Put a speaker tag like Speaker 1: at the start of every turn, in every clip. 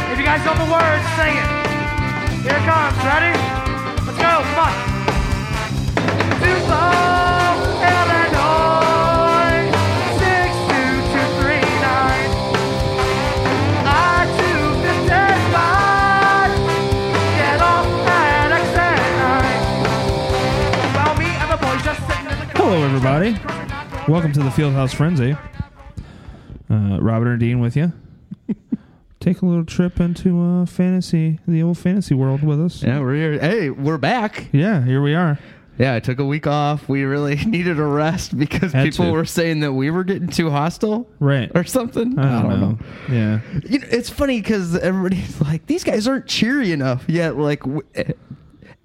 Speaker 1: the words, sing it. Here it comes, ready? Let's go, come on. Tupelo, Illinois, 62239. I-255, get off at exit nine. Well, me and my boys just sitting in the car.
Speaker 2: Hello, everybody. Welcome to the Fieldhouse Frenzy. Uh, Robert and Dean with you. Take a little trip into uh, fantasy, the old fantasy world with us.
Speaker 3: Yeah, we're here. Hey, we're back.
Speaker 2: Yeah, here we are.
Speaker 3: Yeah, I took a week off. We really needed a rest because
Speaker 2: Had
Speaker 3: people
Speaker 2: to.
Speaker 3: were saying that we were getting too hostile
Speaker 2: Right.
Speaker 3: or something.
Speaker 2: I don't, know. Yeah.
Speaker 3: You know, it's funny because everybody's like, these guys aren't cheery enough yet. Like, w- eh,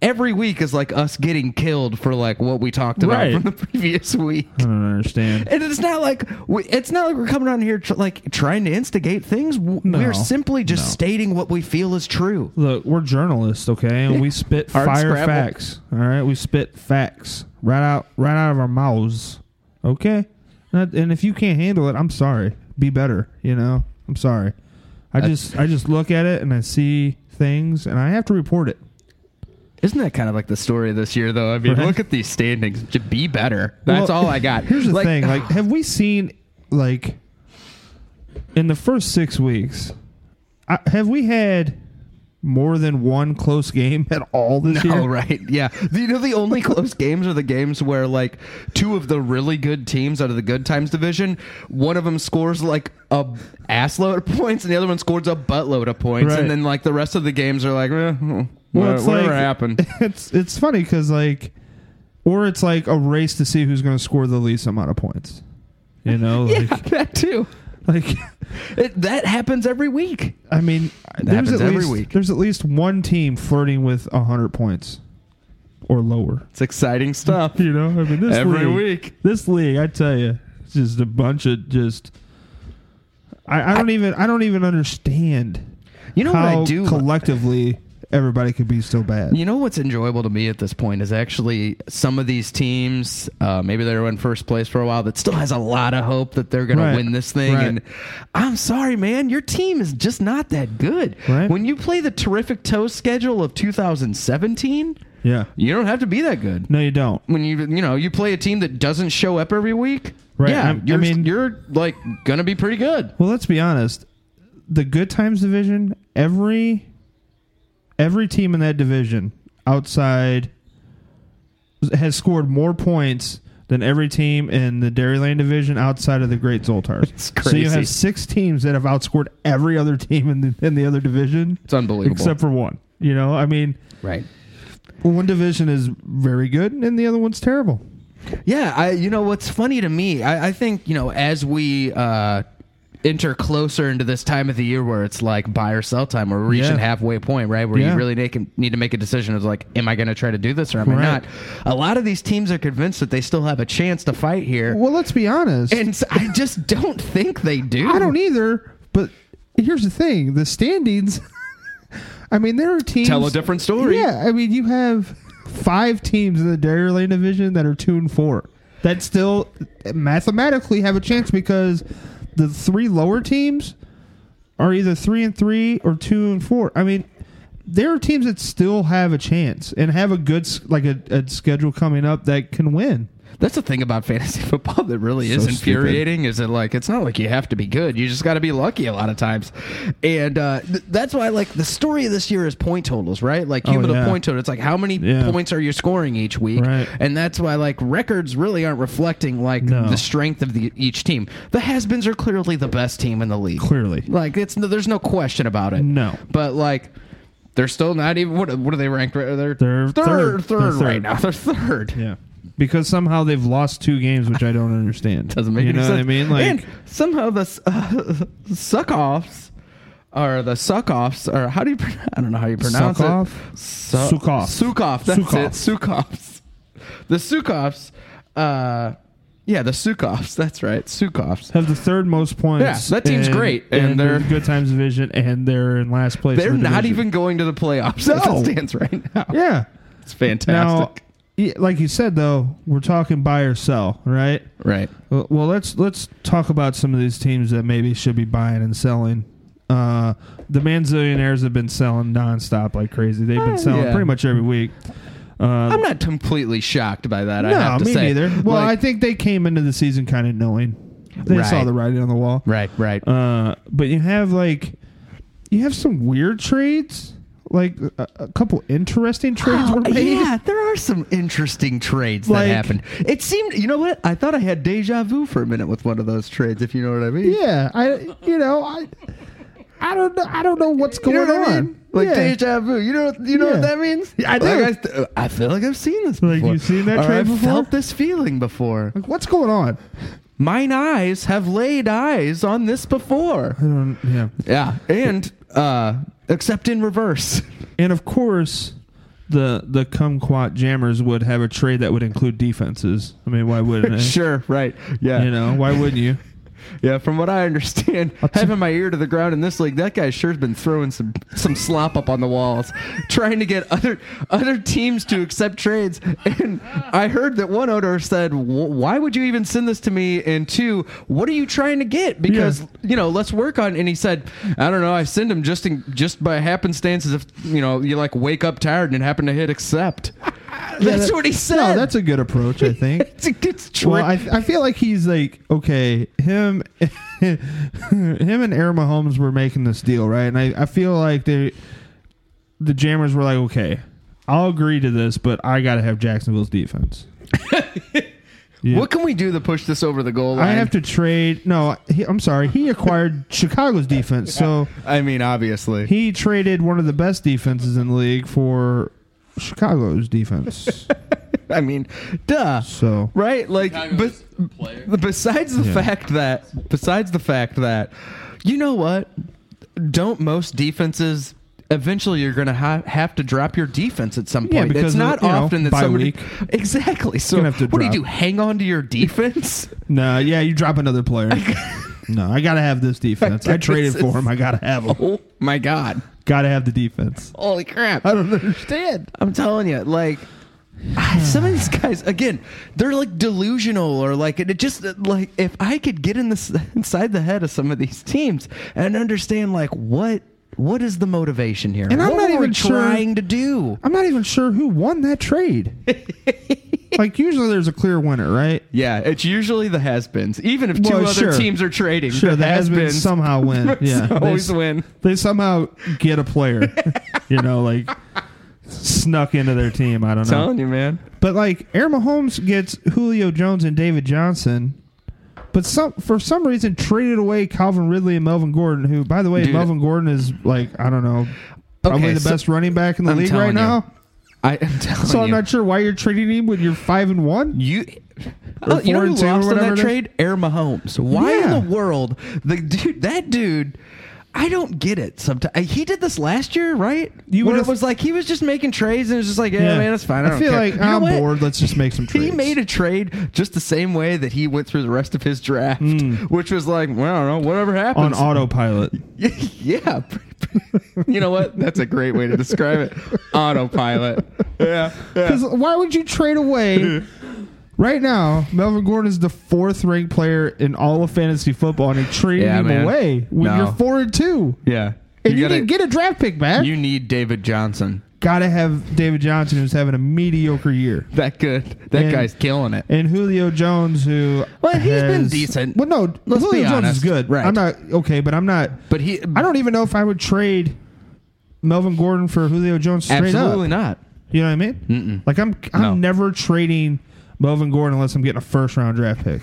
Speaker 3: every week is like us getting killed for like what we talked about
Speaker 2: Right.
Speaker 3: from the previous week.
Speaker 2: I don't understand.
Speaker 3: And it's not like we, it's not like we're coming on here tr- like trying to instigate things. W-
Speaker 2: No.
Speaker 3: We're simply just
Speaker 2: No.
Speaker 3: stating what we feel is true.
Speaker 2: Look, we're journalists, okay, and we spit
Speaker 3: Hard
Speaker 2: fire
Speaker 3: scrabble.
Speaker 2: facts. All right, we spit facts right out, right out of our mouths. Okay, and, and if you can't handle it, I'm sorry. Be better. You know, I'm sorry. I
Speaker 3: That's-
Speaker 2: just, I just look at it and I see things, and I have to report it.
Speaker 3: Isn't that kind of like the story this year, though? I mean,
Speaker 2: Right.
Speaker 3: look at these standings. Just be better. That's
Speaker 2: Well,
Speaker 3: all I got.
Speaker 2: Here's the thing: like, have we seen like in the first six weeks? I, have we had more than one close game at all this year?
Speaker 3: Oh right, yeah. Do You know the only close games are the games where like two of the really good teams out of the good times division, one of them scores like a ass load of points, and the other one scores a buttload of points,
Speaker 2: Right.
Speaker 3: and then like the rest of the games are like, eh, hmm,
Speaker 2: Well,
Speaker 3: wha-
Speaker 2: it's
Speaker 3: whatever
Speaker 2: like-
Speaker 3: happened.
Speaker 2: it's it's funny because like, or it's like a race to see who's going to score the least amount of points. You know, like,
Speaker 3: yeah, that too.
Speaker 2: like
Speaker 3: It, that happens every week.
Speaker 2: I mean,
Speaker 3: It
Speaker 2: there's
Speaker 3: happens
Speaker 2: at
Speaker 3: every
Speaker 2: least,
Speaker 3: week.
Speaker 2: There's at least one team flirting with hundred points or lower.
Speaker 3: It's exciting stuff.
Speaker 2: You know, I mean, this
Speaker 3: Every
Speaker 2: league,
Speaker 3: week.
Speaker 2: this league, I tell you, it's just a bunch of just. I, I don't even I don't even understand
Speaker 3: You know
Speaker 2: how
Speaker 3: what I do?
Speaker 2: collectively everybody could be so bad.
Speaker 3: You know what's enjoyable to me at this point is actually some of these teams, uh, maybe they were in first place for a while, that still has a lot of hope that they're going
Speaker 2: Right.
Speaker 3: to win this thing.
Speaker 2: Right.
Speaker 3: And I'm sorry, man, your team is just not that good.
Speaker 2: Right.
Speaker 3: When you play the terrific toe schedule of 2017,
Speaker 2: yeah,
Speaker 3: you don't have to be that good.
Speaker 2: no, you don't.
Speaker 3: When you you know you play a team that doesn't show up every week,
Speaker 2: Right.
Speaker 3: Yeah,
Speaker 2: I'm- I
Speaker 3: you're,
Speaker 2: mean-
Speaker 3: you're like gonna be pretty good.
Speaker 2: Well, let's be honest. The good times division, every every team in that division outside has scored more points than every team in the Dairyland division outside of the Great Zoltars.
Speaker 3: It's
Speaker 2: So you
Speaker 3: crazy.
Speaker 2: have six teams that have outscored every other team in the in the other division
Speaker 3: It's unbelievable.
Speaker 2: except for one. You know, I mean,
Speaker 3: right.
Speaker 2: one division is very good and the other one's terrible.
Speaker 3: Yeah, I you know what's funny to me, I, I think you know as we uh, enter closer into this time of the year where it's like buy or sell time, we're reaching
Speaker 2: Yeah.
Speaker 3: halfway point, right? Where
Speaker 2: Yeah.
Speaker 3: you really make, need to make a decision of like, am I going to try to do this or am I
Speaker 2: Right.
Speaker 3: not? A lot of these teams are convinced that they still have a chance to fight here,
Speaker 2: Well, let's be honest.
Speaker 3: and s- I just don't think they do.
Speaker 2: I don't either. But here's the thing: the standings. I mean, there are teams
Speaker 3: Tell a different story.
Speaker 2: Yeah, I mean, you have five teams in the Dairyland division that are two and four that still mathematically have a chance because the three lower teams are either three and three or two and four. I mean. There are teams that still have a chance and have a good s- like a, a schedule coming up that can win.
Speaker 3: That's the thing about fantasy football that really is
Speaker 2: stupid.
Speaker 3: infuriating. Is that like it's not like you have to be good; you just got to be lucky a lot of times, and uh, th- that's why like the story of this year is point totals, right? Like you
Speaker 2: Oh,
Speaker 3: have
Speaker 2: yeah.
Speaker 3: a point total. It's like how many
Speaker 2: Yeah.
Speaker 3: points are you scoring each week,
Speaker 2: Right.
Speaker 3: and that's why like records really aren't reflecting like
Speaker 2: No.
Speaker 3: the strength of the, each team. The has-beens are clearly the best team in the league.
Speaker 2: Clearly,
Speaker 3: Like it's no, there's no question about it.
Speaker 2: No.
Speaker 3: but like they're still not even. What, what are they ranked? right- They're,
Speaker 2: They're third.
Speaker 3: third,
Speaker 2: They're
Speaker 3: third right
Speaker 2: third.
Speaker 3: now. They're third.
Speaker 2: Yeah. Because somehow they've lost two games, which I don't understand.
Speaker 3: Doesn't make
Speaker 2: you
Speaker 3: any
Speaker 2: know
Speaker 3: sense.
Speaker 2: what I mean? Like,
Speaker 3: and somehow the s- uh, suck offs or the suck offs or how do you pronounce? I don't know how you pronounce it.
Speaker 2: Sukoff?
Speaker 3: Su-
Speaker 2: Sukoff.
Speaker 3: Sukoff. That's
Speaker 2: Sukoff.
Speaker 3: it. Sukoffs. The Sukoffs. Uh, yeah, the Sukoffs. That's right. Sukoffs.
Speaker 2: have the third most points.
Speaker 3: Yeah, that team's
Speaker 2: in-
Speaker 3: great, and
Speaker 2: in
Speaker 3: they're-
Speaker 2: the good times division, and they're in last place.
Speaker 3: They're
Speaker 2: in the
Speaker 3: not
Speaker 2: division.
Speaker 3: even going to the playoffs as
Speaker 2: No.
Speaker 3: it stands right now.
Speaker 2: Yeah.
Speaker 3: It's fantastic.
Speaker 2: Now, y- like you said though, we're talking buy or sell, right?
Speaker 3: right.
Speaker 2: Well, well, let's let's talk about some of these teams that maybe should be buying and selling. Uh, the Manzillionaires have been selling nonstop like crazy. They've been selling
Speaker 3: Uh, Yeah.
Speaker 2: pretty much every week. Uh,
Speaker 3: I'm not completely shocked by that. I
Speaker 2: no,
Speaker 3: have to
Speaker 2: me
Speaker 3: say.
Speaker 2: neither. Well,
Speaker 3: Like-
Speaker 2: I think they came into the season kind of knowing they
Speaker 3: Right.
Speaker 2: saw the writing on the wall.
Speaker 3: right, right.
Speaker 2: Uh, but you have like you have some weird trades, like a, a couple interesting trades
Speaker 3: Oh,
Speaker 2: were made.
Speaker 3: Yeah, there are some interesting trades
Speaker 2: Like-
Speaker 3: that happened. It seemed, you know what? I thought I had deja vu for a minute with one of those trades, if you know what I mean.
Speaker 2: Yeah, I you know I I don't know I don't know what's
Speaker 3: You
Speaker 2: going
Speaker 3: know what
Speaker 2: on.
Speaker 3: I mean? Like
Speaker 2: Yeah.
Speaker 3: deja vu. You know, you know
Speaker 2: Yeah.
Speaker 3: what that means?
Speaker 2: Yeah, I do.
Speaker 3: Like st- I feel like I've seen this before.
Speaker 2: Like, you've seen that
Speaker 3: Or
Speaker 2: trade
Speaker 3: I've
Speaker 2: before?
Speaker 3: felt this feeling before.
Speaker 2: Like, what's going on?
Speaker 3: Mine eyes have laid eyes on this before.
Speaker 2: I don't. Um, Yeah,
Speaker 3: Yeah. And, uh, except in reverse.
Speaker 2: and of course. The, the kumquat jammers would have a trade that would include defenses. I mean, why wouldn't it?
Speaker 3: sure, right. Yeah.
Speaker 2: You know, why wouldn't you?
Speaker 3: Yeah, from what I understand,
Speaker 2: I'll t-
Speaker 3: having my ear to the ground in this league, that guy sure's been throwing some some slop up on the walls, trying to get other other teams to accept trades. And I heard that one owner said, "Wh- "Why would you even send this to me?" And two, "What are you trying to get?" Because
Speaker 2: Yeah.
Speaker 3: you know, let's work on. And he said, "I don't know. I send him just in, just by happenstance, as if you know, you like wake up tired and happen to hit accept." that's
Speaker 2: that-
Speaker 3: what he said.
Speaker 2: No, that's a good approach, I think.
Speaker 3: it's, a- it's true.
Speaker 2: well, I, I feel like he's like okay, him, him and Aaron Mahomes were making this deal, right? And I, I feel like they, the Jammers were like, okay, I'll agree to this, but I got to have Jacksonville's defense. Yeah.
Speaker 3: what can we do to push this over the goal line?
Speaker 2: I have to trade. No, he, I'm sorry. He acquired Chicago's defense, so
Speaker 3: I mean, obviously.
Speaker 2: he traded one of the best defenses in the league for Chicago's defense.
Speaker 3: I mean, duh.
Speaker 2: So
Speaker 3: Right? Like
Speaker 4: Chicago's
Speaker 3: bes-
Speaker 4: player.
Speaker 3: besides the
Speaker 2: Yeah.
Speaker 3: fact that besides the fact that you know what? Don't most defenses eventually you're going to ha- have to drop your defense at some point.
Speaker 2: Yeah, because
Speaker 3: it's
Speaker 2: of,
Speaker 3: not
Speaker 2: you know,
Speaker 3: often that
Speaker 2: bye
Speaker 3: somebody
Speaker 2: week.
Speaker 3: Exactly. So
Speaker 2: gonna have to
Speaker 3: what do you
Speaker 2: drop.
Speaker 3: do? Hang on to your defense?
Speaker 2: No, yeah, you drop another player. no, I gotta have this defense. I traded for him. I gotta have him.
Speaker 3: oh my god.
Speaker 2: Gotta have the defense.
Speaker 3: Holy crap. I don't understand. I'm telling you, like some of these guys again, they're like delusional or like it just like if I could get in this inside the head of some of these teams and understand like what what is the motivation here?
Speaker 2: And I'm
Speaker 3: What
Speaker 2: not
Speaker 3: were we
Speaker 2: even sure-
Speaker 3: trying to do.
Speaker 2: I'm not even sure who won that trade. like usually, there's a clear winner, right?
Speaker 3: Yeah, it's usually the has-beens. Even if
Speaker 2: Well, sure.
Speaker 3: trading,
Speaker 2: Sure, the has-beens somehow win. Yeah, They
Speaker 3: always
Speaker 2: s-
Speaker 3: win.
Speaker 2: They somehow get a player. you know, like snuck into their team. I don't know.
Speaker 3: you, man.
Speaker 2: But like Aaron Mahomes gets Julio Jones and David Johnson, but some for some reason traded away Calvin Ridley and Melvin Gordon, who by the way,
Speaker 3: Dude.
Speaker 2: Melvin Gordon is like, I don't know, probably
Speaker 3: Okay,
Speaker 2: the
Speaker 3: so-
Speaker 2: best running back in the
Speaker 3: I'm
Speaker 2: league
Speaker 3: telling
Speaker 2: right
Speaker 3: you.
Speaker 2: now.
Speaker 3: I am telling
Speaker 2: So I'm
Speaker 3: you.
Speaker 2: not sure why you're trading him when you're five and one.
Speaker 3: You,
Speaker 2: Or
Speaker 3: oh, you know
Speaker 2: four
Speaker 3: who
Speaker 2: and two or
Speaker 3: lost on
Speaker 2: whatever it
Speaker 3: that
Speaker 2: is?
Speaker 3: trade? Air Mahomes. Why
Speaker 2: Yeah.
Speaker 3: in the world? The dude, that dude. I don't get it. Sometimes he did this last year, right?
Speaker 2: You
Speaker 3: Where
Speaker 2: would've-
Speaker 3: it was like he was just making trades and it was just like, yeah, man, that's fine. I, don't
Speaker 2: feel
Speaker 3: care.
Speaker 2: like
Speaker 3: You know
Speaker 2: I'm
Speaker 3: what?
Speaker 2: bored. Let's just make some trades.
Speaker 3: He made a trade just the same way that he went through the rest of his draft, which was like, well, I don't know, whatever
Speaker 2: Hmm. on
Speaker 3: happens.
Speaker 2: autopilot.
Speaker 3: yeah. you know what? That's a great way to describe it. Autopilot. Yeah. yeah.
Speaker 2: Because why would you trade away? Right now, Melvin Gordon is the fourth ranked player in all of fantasy football, and he traded
Speaker 3: Yeah,
Speaker 2: him
Speaker 3: man.
Speaker 2: away when
Speaker 3: No.
Speaker 2: you're four and two,
Speaker 3: Yeah.
Speaker 2: and you,
Speaker 3: gotta-
Speaker 2: didn't get a draft pick back.
Speaker 3: You need David Johnson.
Speaker 2: gotta have David Johnson, who's having a mediocre year,
Speaker 3: That good. That
Speaker 2: And-
Speaker 3: guy's killing it.
Speaker 2: and Julio Jones, who
Speaker 3: Well, he's
Speaker 2: has-
Speaker 3: been decent.
Speaker 2: Well, no,
Speaker 3: Let's
Speaker 2: Julio
Speaker 3: be
Speaker 2: Jones
Speaker 3: honest.
Speaker 2: is good.
Speaker 3: Right.
Speaker 2: I'm not okay, but I'm not.
Speaker 3: But he,
Speaker 2: I don't even know if I would trade Melvin Gordon for Julio Jones straight
Speaker 3: absolutely
Speaker 2: up.
Speaker 3: not.
Speaker 2: You know what I mean?
Speaker 3: Mm-mm.
Speaker 2: Like I'm, I'm
Speaker 3: No.
Speaker 2: never trading Melvin Gordon unless I'm getting a first round draft pick.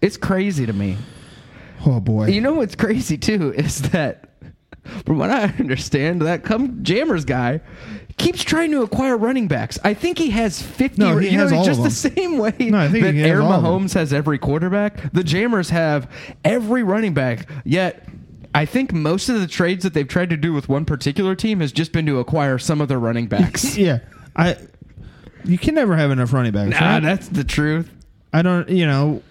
Speaker 3: It's crazy to me.
Speaker 2: Oh boy.
Speaker 3: You know what's crazy too is that, from what I understand, that come Jammers guy keeps trying to acquire running backs. I think he has fifty.
Speaker 2: No, he
Speaker 3: you
Speaker 2: has
Speaker 3: know,
Speaker 2: all
Speaker 3: just
Speaker 2: of
Speaker 3: the same way
Speaker 2: No, I think
Speaker 3: that
Speaker 2: he has
Speaker 3: Air
Speaker 2: all of them.
Speaker 3: Mahomes has every quarterback. The Jammers have every running back. Yet. I think most of the trades that they've tried to do with one particular team has just been to acquire some of their running backs.
Speaker 2: yeah, I. You can never have enough running backs.
Speaker 3: Nah,
Speaker 2: right?
Speaker 3: Ah, that's the truth.
Speaker 2: I don't, you know,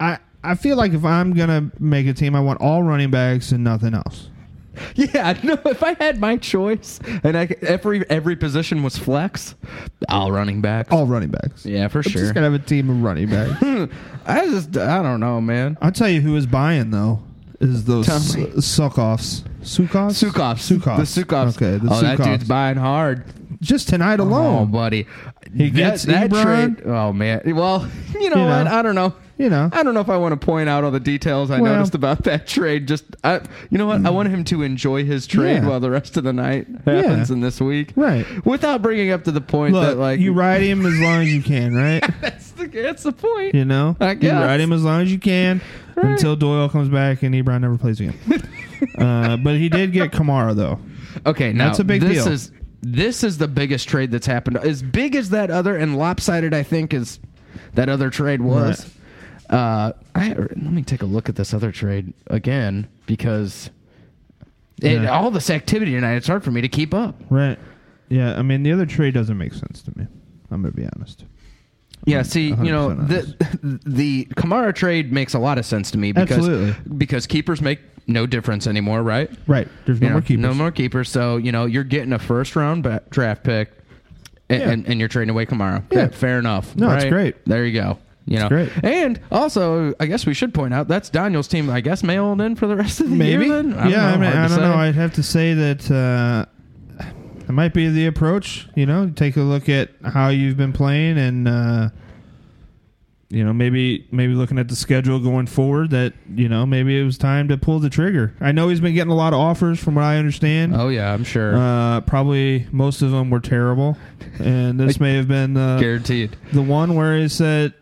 Speaker 2: I I feel like if I'm gonna make a team, I want all running backs and nothing else.
Speaker 3: Yeah, no. If I had my choice, and I, could- every every position was flex, all running backs.
Speaker 2: All running backs.
Speaker 3: yeah, for
Speaker 2: Oh, I'm
Speaker 3: sure.
Speaker 2: just gonna have a team of running backs.
Speaker 3: I just I don't know, man.
Speaker 2: I'll tell you who is buying though is those
Speaker 3: Tell
Speaker 2: su-
Speaker 3: me.
Speaker 2: suckoffs. Sukoffs?
Speaker 3: Sukovs.
Speaker 2: Sukoffs.
Speaker 3: The Sukovs.
Speaker 2: Okay, the
Speaker 3: oh, that
Speaker 2: Sukovs.
Speaker 3: dude's buying hard.
Speaker 2: Just tonight
Speaker 3: Oh,
Speaker 2: alone.
Speaker 3: buddy.
Speaker 2: He gets Ebron.
Speaker 3: trade. Oh, man. Well, you know
Speaker 2: You
Speaker 3: what?
Speaker 2: know.
Speaker 3: I don't know.
Speaker 2: you know.
Speaker 3: I don't know if I want to point out all the details I
Speaker 2: Well- Hmm.
Speaker 3: noticed about that trade. Just, I, you know what? I want him to enjoy his trade
Speaker 2: Yeah.
Speaker 3: while the rest of the night happens
Speaker 2: Yeah.
Speaker 3: in this week,
Speaker 2: Right.
Speaker 3: Without bringing up to the point
Speaker 2: Look,
Speaker 3: that, like,
Speaker 2: you ride him as long as you can, right?
Speaker 3: that's the that's the point.
Speaker 2: You know,
Speaker 3: I
Speaker 2: you
Speaker 3: guess.
Speaker 2: ride him as long as you can until Doyle comes back and Ebron never plays again. uh, but he did get Kamara though.
Speaker 3: Okay, now
Speaker 2: That's a big
Speaker 3: this
Speaker 2: deal.
Speaker 3: is this is the biggest trade that's happened. As big as that other and lopsided, I think, is that other trade was. Uh, I let me take a look at this other trade again because it,
Speaker 2: Yeah.
Speaker 3: all this activity tonight, it's hard for me to keep up.
Speaker 2: Right. Yeah. I mean, the other trade doesn't make sense to me. I'm gonna be honest.
Speaker 3: Yeah, see, you know,
Speaker 2: 100%
Speaker 3: the the Kamara trade makes a lot of sense to me because
Speaker 2: Absolutely.
Speaker 3: because keepers make no difference anymore, right?
Speaker 2: Right. There's no
Speaker 3: You know,
Speaker 2: more keepers.
Speaker 3: No more keepers. So you know you're getting a first round ba- draft pick, and,
Speaker 2: Yeah.
Speaker 3: and, and you're trading away Kamara.
Speaker 2: Yeah.
Speaker 3: Okay, fair enough.
Speaker 2: No, it's great.
Speaker 3: There you go. You know,
Speaker 2: great.
Speaker 3: and also I guess we should point out that's Daniel's team. I guess mailed in for the rest of the
Speaker 2: Maybe.
Speaker 3: year. Then I don't
Speaker 2: yeah.
Speaker 3: know,
Speaker 2: I mean, I
Speaker 3: hard to
Speaker 2: don't know.
Speaker 3: say.
Speaker 2: I'd have to say that uh, it might be the approach. You know, take a look at how you've been playing and. Uh, you know, maybe maybe looking at the schedule going forward, that you know maybe it was time to pull the trigger. I know he's been getting a lot of offers, from what I understand.
Speaker 3: oh yeah, I'm sure.
Speaker 2: Uh, probably most of them were terrible, and this may have been the
Speaker 3: Guaranteed.
Speaker 2: the one where he said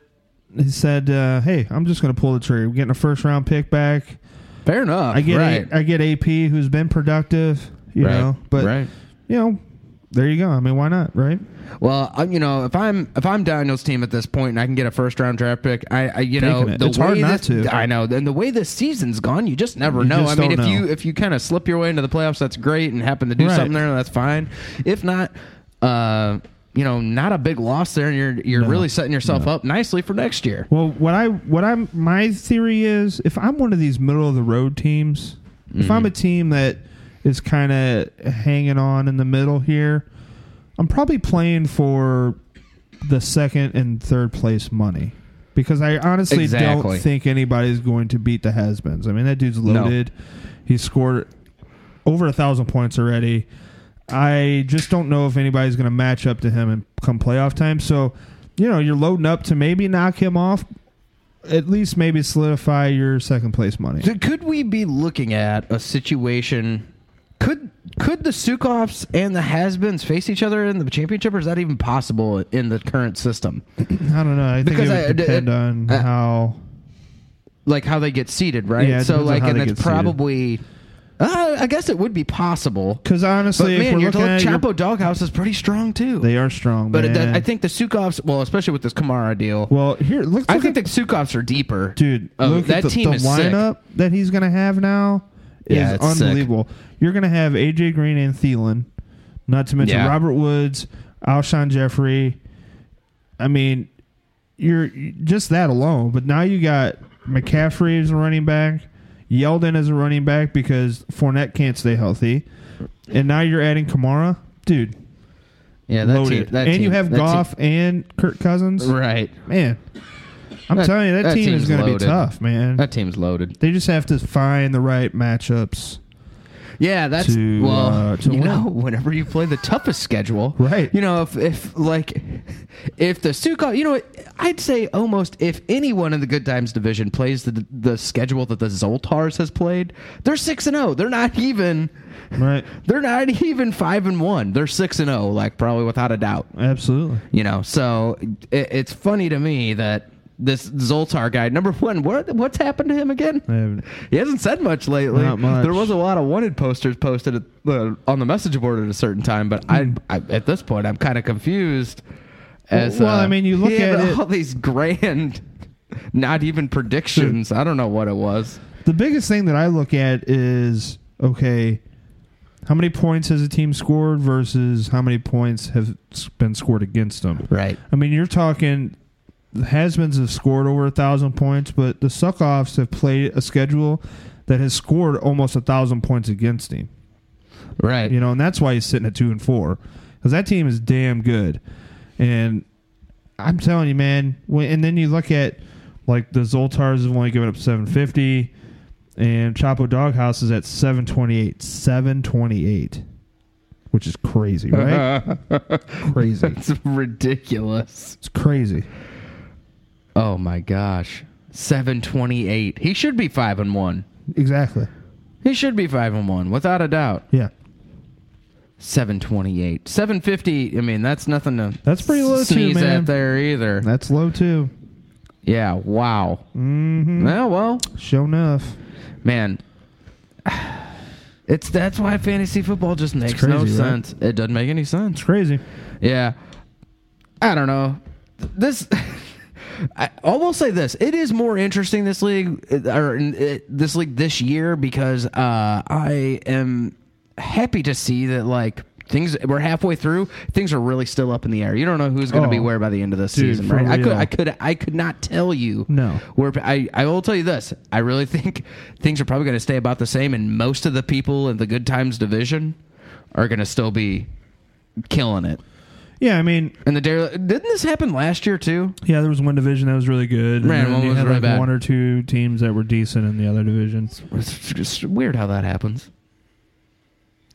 Speaker 2: he said, uh, "Hey, I'm just going to pull the trigger. We're getting a first round pick back.
Speaker 3: Fair enough.
Speaker 2: I get
Speaker 3: right.
Speaker 2: I get AP, who's been productive, you
Speaker 3: right.
Speaker 2: know. But
Speaker 3: right.
Speaker 2: you know, there you go. I mean, why not, right?
Speaker 3: Well, I, you know, if I'm if I'm Daniel's team at this point and I can get a first round draft pick, I, I you know
Speaker 2: Taking it.
Speaker 3: the
Speaker 2: It's
Speaker 3: way
Speaker 2: hard not
Speaker 3: this-
Speaker 2: to.
Speaker 3: I know, and the way this season's gone, you just never
Speaker 2: You
Speaker 3: know.
Speaker 2: just
Speaker 3: I mean, if
Speaker 2: don't know.
Speaker 3: you if you kind of slip your way into the playoffs, that's great, and happen to do
Speaker 2: Right.
Speaker 3: something there, that's fine. If not, uh, you know, not a big loss there, and you're you're
Speaker 2: No.
Speaker 3: really setting yourself up nicely for next year.
Speaker 2: Well, what I what I'm my theory is if I'm one of these middle of the road teams, if I'm a team that is kind of hanging on in the middle here, I'm probably playing for the second and third place money because I honestly
Speaker 3: Exactly.
Speaker 2: don't think anybody's going to beat the Hasbens. I mean, that dude's loaded. He scored over a thousand points already. I just don't know if anybody's going to match up to him and come playoff time. So, you know, you're loading up to maybe knock him off. At least maybe solidify your second place money.
Speaker 3: So could we be looking at a situation? Could could the Sukovs and the Hasbens face each other in the championship, or is that even possible in the current system?
Speaker 2: I don't know. I think
Speaker 3: Because
Speaker 2: it would
Speaker 3: I-
Speaker 2: depend
Speaker 3: uh,
Speaker 2: on
Speaker 3: uh,
Speaker 2: how.
Speaker 3: like how they get seated, right?
Speaker 2: Yeah, it
Speaker 3: so
Speaker 2: depends on
Speaker 3: like,
Speaker 2: how
Speaker 3: and
Speaker 2: they
Speaker 3: it's
Speaker 2: get seated.
Speaker 3: probably, uh, I guess it would be possible.
Speaker 2: Because
Speaker 3: But
Speaker 2: honestly, if
Speaker 3: man,
Speaker 2: we're
Speaker 3: you're
Speaker 2: looking
Speaker 3: telling
Speaker 2: at your-
Speaker 3: Chapo Doghouse is pretty strong too.
Speaker 2: they are strong.
Speaker 3: but
Speaker 2: man.
Speaker 3: the, I think the Sukovs, well, especially with this Kamara deal,
Speaker 2: Well, here look.
Speaker 3: I
Speaker 2: look
Speaker 3: think
Speaker 2: at-
Speaker 3: the Sukovs are deeper,
Speaker 2: dude.
Speaker 3: Oh,
Speaker 2: look
Speaker 3: that
Speaker 2: at the,
Speaker 3: team
Speaker 2: the
Speaker 3: is sick.
Speaker 2: lineup that he's gonna have now is
Speaker 3: Yeah, it's sick.
Speaker 2: unbelievable. You're gonna have AJ Green and Thielen, not to mention
Speaker 3: Yeah.
Speaker 2: Robert Woods, Alshon Jeffrey. I mean, you're just that alone. But now you got McCaffrey as a running back, Yeldon as a running back because Fournette can't stay healthy, and now you're adding Kamara, dude.
Speaker 3: Yeah, that
Speaker 2: loaded.
Speaker 3: team. That
Speaker 2: and you
Speaker 3: team-
Speaker 2: have
Speaker 3: that team-
Speaker 2: Goff and Kirk Cousins,
Speaker 3: right?
Speaker 2: man. I'm
Speaker 3: That-
Speaker 2: telling you, that,
Speaker 3: that
Speaker 2: team is
Speaker 3: team's
Speaker 2: going to be
Speaker 3: loaded.
Speaker 2: tough, man.
Speaker 3: That team's loaded.
Speaker 2: They just have to find the right matchups.
Speaker 3: Yeah, that's
Speaker 2: To,
Speaker 3: well,
Speaker 2: uh, to
Speaker 3: you
Speaker 2: win.
Speaker 3: know, whenever you play the toughest schedule,
Speaker 2: Right.
Speaker 3: You know, if if like if the Sukov, you know, what, I'd say almost if anyone in the Good Times division plays the the schedule that the Zoltars has played, they're six and zero. They're not even.
Speaker 2: Right.
Speaker 3: They're not even five and one. They're six and zero, like probably without a doubt.
Speaker 2: Absolutely.
Speaker 3: You know, so it, it's funny to me that this Zoltar guy, number one, what what's happened to him again?
Speaker 2: I haven't-
Speaker 3: He hasn't said much lately.
Speaker 2: Not much.
Speaker 3: There was a lot of wanted posters posted at, uh, on the message board at a certain time, but
Speaker 2: Hmm.
Speaker 3: I, I at this point I'm kind of confused. As
Speaker 2: Well,
Speaker 3: uh,
Speaker 2: I mean, you look
Speaker 3: he had
Speaker 2: at it-
Speaker 3: all these grand, not even predictions. I don't know what it was.
Speaker 2: The biggest thing that I look at is okay, how many points has a team scored versus how many points have s- been scored against them?
Speaker 3: Right.
Speaker 2: I mean, you're talking the Hasmans have scored over a thousand points, but the Suckoffs have played a schedule that has scored almost a thousand points against him.
Speaker 3: Right.
Speaker 2: you know, and that's why he's sitting at two and four because that team is damn good. And I'm telling you, man. When, and then you look at like the Zoltars have only given up 750. and Chapo Doghouse is at 728. 728, which is crazy, right? crazy.
Speaker 3: It's ridiculous.
Speaker 2: It's crazy.
Speaker 3: Oh my gosh. 728. He should be 5 and 1.
Speaker 2: Exactly.
Speaker 3: He should be 5 and 1 without a doubt.
Speaker 2: Yeah.
Speaker 3: 728. 750. I mean, that's nothing to
Speaker 2: That's pretty low too,
Speaker 3: sneeze
Speaker 2: man.
Speaker 3: at there either.
Speaker 2: That's low too.
Speaker 3: Yeah, wow. Mm-hmm. Well, well,
Speaker 2: Show enough.
Speaker 3: man. It's that's why fantasy football just makes no
Speaker 2: crazy, right?
Speaker 3: sense. It doesn't make any sense.
Speaker 2: Crazy.
Speaker 3: Yeah. I don't know. This I almost say this. It is more interesting this league or uh, this league this year because uh, I am happy to see that like things we're halfway through. Things are really still up in the air. You don't know who's going to be
Speaker 2: Oh.
Speaker 3: where by the end of this
Speaker 2: Dude,
Speaker 3: season,
Speaker 2: for
Speaker 3: right? I could
Speaker 2: real.
Speaker 3: I could I could not tell you
Speaker 2: No.
Speaker 3: where I I will tell you this. I really think things are probably going to stay about the same and most of the people in the good times division are going to still be killing it.
Speaker 2: Yeah, I mean,
Speaker 3: And the dare didn't this happen last year too?
Speaker 2: yeah, there was one division that was really good.
Speaker 3: Right,
Speaker 2: and then
Speaker 3: one
Speaker 2: you
Speaker 3: was
Speaker 2: had
Speaker 3: really
Speaker 2: like
Speaker 3: bad.
Speaker 2: one or two teams that were decent in the other division.
Speaker 3: It's just weird how that happens.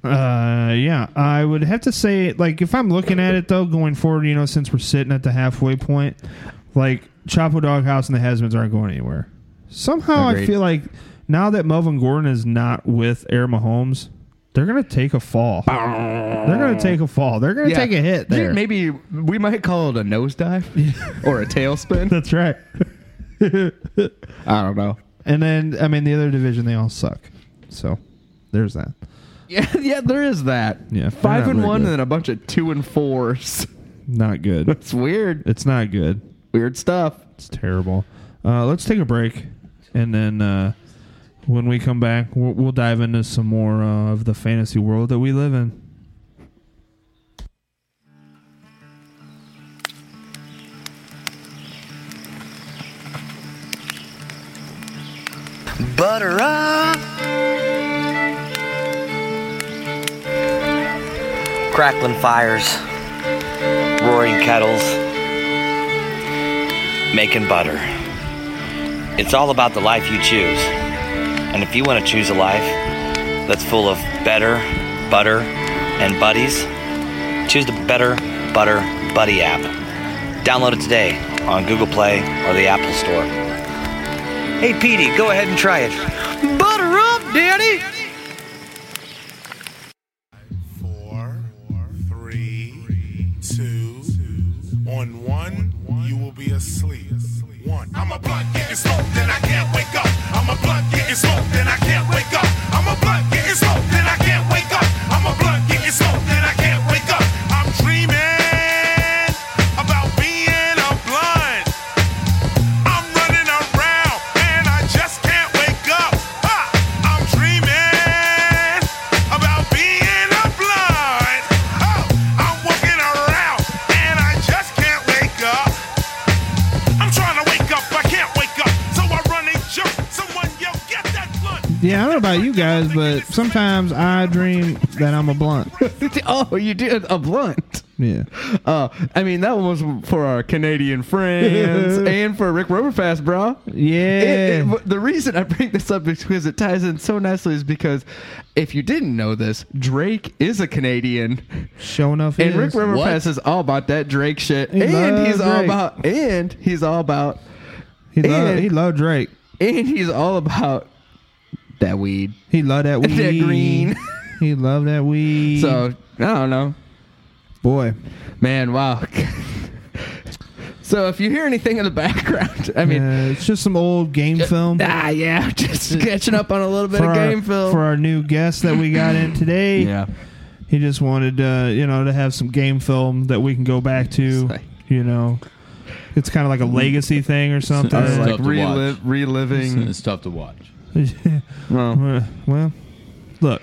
Speaker 2: Uh, yeah, I would have to say, like, if I'm looking at it though, going forward, you know, since we're sitting at the halfway point, like Chapo Doghouse and the Hesmans aren't going anywhere. Somehow, I
Speaker 3: Agreed.
Speaker 2: feel like now that Melvin Gordon is not with Air Mahomes, they're gonna take a fall. They're gonna take a fall. They're gonna take a hit there.
Speaker 3: Maybe we might call it a nosedive or a tailspin.
Speaker 2: That's right.
Speaker 3: I don't know.
Speaker 2: And then, I mean, the other division, they all suck. So there's that.
Speaker 3: Yeah, yeah, there is that.
Speaker 2: Yeah,
Speaker 3: five
Speaker 2: they're
Speaker 3: and
Speaker 2: not
Speaker 3: one,
Speaker 2: very
Speaker 3: and then a bunch of two and fours.
Speaker 2: Not good.
Speaker 3: It's weird,
Speaker 2: it's not good.
Speaker 3: weird stuff.
Speaker 2: It's terrible. Uh, let's take a break, and then uh, when we come back, we'll, we'll dive into some more uh, of the fantasy world that we live in.
Speaker 4: butter up. Crackling fires, roaring kettles, making butter. It's all about the life you choose. And if you want to choose a life that's full of better, butter, and buddies, choose the Better Butter Buddy app. Download it today on Google Play or the Apple Store. Hey, Petey, go ahead and try it. Butter up, Danny!
Speaker 5: four, three, two. On one, you will be asleep. One. I'm a blunt getting smoked and I can't wake up. I'm a blunt getting smoked and I can't wake up. I'm a blunt getting smoked and I can't wake up. I'm a blunt getting smoked and I can't wake up. I'm dreaming about being a blunt. I'm running around and I just can't wake up. Ha! I'm dreaming about being a blunt. Oh, I'm walking around and I just can't wake up. I'm trying to wake up, I can't wake up. So I run and jump. Someone yell, get that blunt.
Speaker 2: Yeah, I don't know about you guys, but sometimes I dream that I'm a blunt.
Speaker 3: oh, you did a blunt.
Speaker 2: Yeah.
Speaker 3: Uh, I mean, that one was for our Canadian friends and for Rick Roberfast, bro.
Speaker 2: Yeah.
Speaker 3: It- it- the reason I bring this up is because it ties in so nicely is because if you didn't know this, Drake is a Canadian,
Speaker 2: Show enough.
Speaker 3: and Rick Riverpass is all about that Drake shit,
Speaker 2: He
Speaker 3: and
Speaker 2: loves
Speaker 3: he's all
Speaker 2: Drake.
Speaker 3: about, and he's all about,
Speaker 2: He loved,
Speaker 3: it-
Speaker 2: he loved Drake.
Speaker 3: and he's all about that weed.
Speaker 2: He loved that weed.
Speaker 3: green.
Speaker 2: he loved that weed.
Speaker 3: So I don't know,
Speaker 2: boy,
Speaker 3: man. Wow. so if you hear anything in the background, I mean,
Speaker 2: Yeah, Uh, it's just some old game film.
Speaker 3: ah, yeah, just catching up on a little bit
Speaker 2: for
Speaker 3: of
Speaker 2: our,
Speaker 3: game film.
Speaker 2: for our new guest that we got in today.
Speaker 3: yeah.
Speaker 2: He just wanted, uh, you know, to have some game film that we can go back to.
Speaker 3: like-
Speaker 2: you know, it's kind of like a legacy thing or something.
Speaker 3: Uh,
Speaker 6: It's
Speaker 3: like
Speaker 6: tough to
Speaker 3: relive,
Speaker 6: watch.
Speaker 3: reliving.
Speaker 6: It's tough to watch.
Speaker 3: Well,
Speaker 2: Uh, well, look,